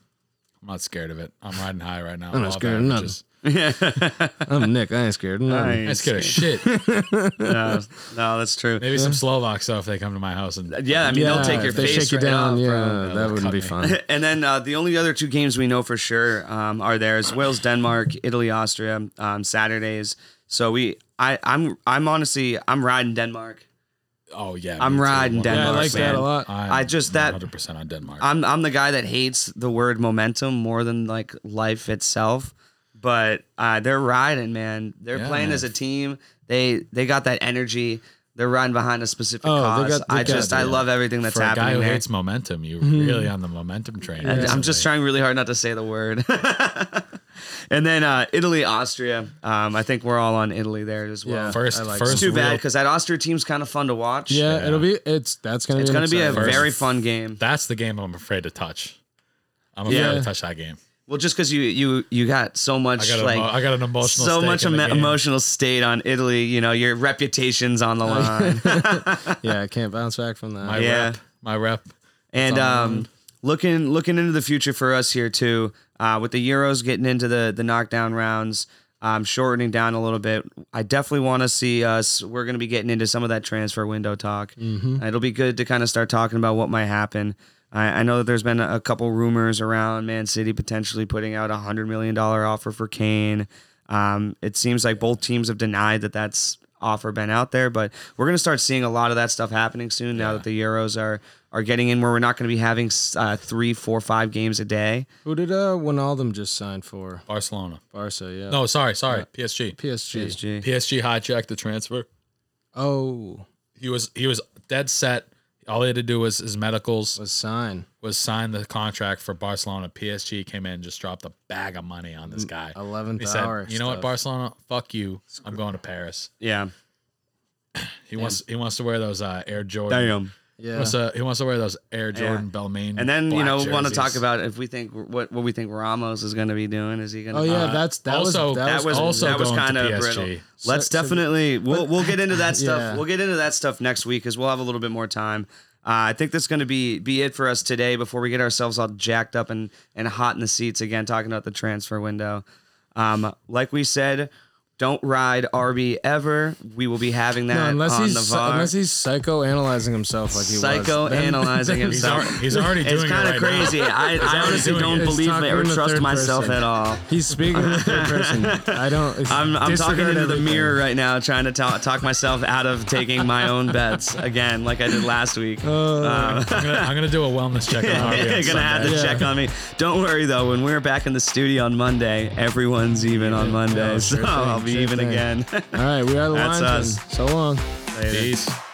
not scared of it. I'm riding high right now.
I'm not
Love
scared of nothing.
averages.
I'm Nick. I ain't scared. No.
I ain't
I'm scared of shit.
no, no, that's true.
Maybe some Slovaks though if they come to my house and
Uh, Yeah, I mean they'll take your
if they
face
shake you
right
down.
off,
yeah,
bro.
Yeah,
that
they'll
wouldn't
cut
be
me.
fun.
And then uh, the only other two games we know for sure um, are there is Wales, Denmark, Italy, Austria, um, Saturdays. So we, I, I'm, I'm honestly, I'm riding Denmark.
Oh yeah,
I'm
me too.
riding
One hundred
yeah, I
Denmark,
like
percent.
that a
man.
lot.
I'm
I just- that-
100% on Denmark.
I'm, I'm the guy that hates the word momentum more than like life itself. But uh, they're riding, man. They're
Yeah,
playing
man.
as a team. They, they got that energy. They're riding behind a specific
Oh, they
cause.
got- they
I
got
just,
it,
I
yeah.
love everything that's
for a guy
happening
who
there.
hates momentum, you're really on the momentum train.
And I'm
recently.
just trying really hard not to say the word. and then uh, Italy, Austria. Um, I think we're all on Italy there as well.
Yeah.
first.
I like
first,
It's too bad
real-
because that Austria team's kind of fun to watch.
Yeah,
Yeah.
it'll be. It's that's gonna.
it's
be
going to be a
very.
very fun game.
That's the game I'm afraid to touch. I'm afraid
Yeah.
to touch that game.
Well, just because you you you got so
I
much
got,
like
emo- I got an emotional.
so
stake
much
in the
emo-
game.
emotional state on Italy. You know, your reputation's on the
Oh,
line.
Yeah, I can't bounce back from that.
My
Yeah.
rep, my rep.
And
It's
um, looking looking into the future for us here too, uh, with the Euros getting into the the knockdown rounds, um, shortening down a little bit. I definitely want to see us. We're going to be getting into some of that transfer window talk. Mm-hmm. It'll be good to kind of start talking about what might happen. I, I know that there's been a couple rumors around Man City potentially putting out a hundred million dollar offer for Kane. Um, it seems like both teams have denied that that's offer been out there, but we're going to start seeing a lot of that stuff happening soon. Now that the Euros are are getting in, where we're not going to be having uh, three, four, five games a day.
Who did uh Wijnaldum just sign for?
Barcelona.
Barca. Yeah.
No, sorry, sorry. PSG.
PSG.
PSG.
PSG hijacked the transfer.
Oh,
He was he was dead set. All he had to do was his medicals
was sign.
was sign the contract for Barcelona. PSG came in and just dropped a bag of money on
Mm,
this guy.
Eleventh
He said,
hour.
"You know what,
stuff.
Barcelona? Fuck you. I'm going to Paris."
Yeah,
He wants he wants to wear those uh, Air Jordan.
damn.
Yeah.
He wants, to, he wants to wear those Air Jordan Belmain.
And then you
black
know want to
jerseys.
talk about if we think what what we think Ramos is going to be doing. Is he going? to
Oh yeah,
Uh,
that's that
also-
was
that was
also
that was
going to
kind of
PSG.
brittle.
So-
Let's
so-
definitely we'll we'll get into that stuff.
Yeah.
We'll get into that stuff next week because we'll have a little bit more time. Uh, I think that's going to be be it for us today before we get ourselves all jacked up and and hot in the seats again talking about the transfer window. Um, like we said, don't ride RB ever. We will be having that
No, unless
Uh, on
he's
the
psy-
VAR.
unless he's psychoanalyzing himself like he was. Then-
Psychoanalyzing
He's
himself.
already, he's already doing
It's
it
kind of
right now.
crazy. I, I honestly
doing
don't
it. It's
believe it
talking
or
in the
trust
third
myself
person.
at all.
He's speaking in the third person. I don't.
I'm, I'm talking
disregard
into
everything.
the mirror right now, trying to talk, talk myself out of taking my own bets again, like I did last week.
Uh,
Uh,
I'm gonna, I'm gonna do a wellness check on Harvey. on
You're gonna have to
Sunday.
Oh, Yeah.
check on me. Don't worry though. When we're back in the studio on Monday, everyone's even on Monday,
Yeah,
so
sure thing,
I'll be
sure
even
thing.
again.
All right, we are the
That's
Lions.
us.
then. So long.
Peace.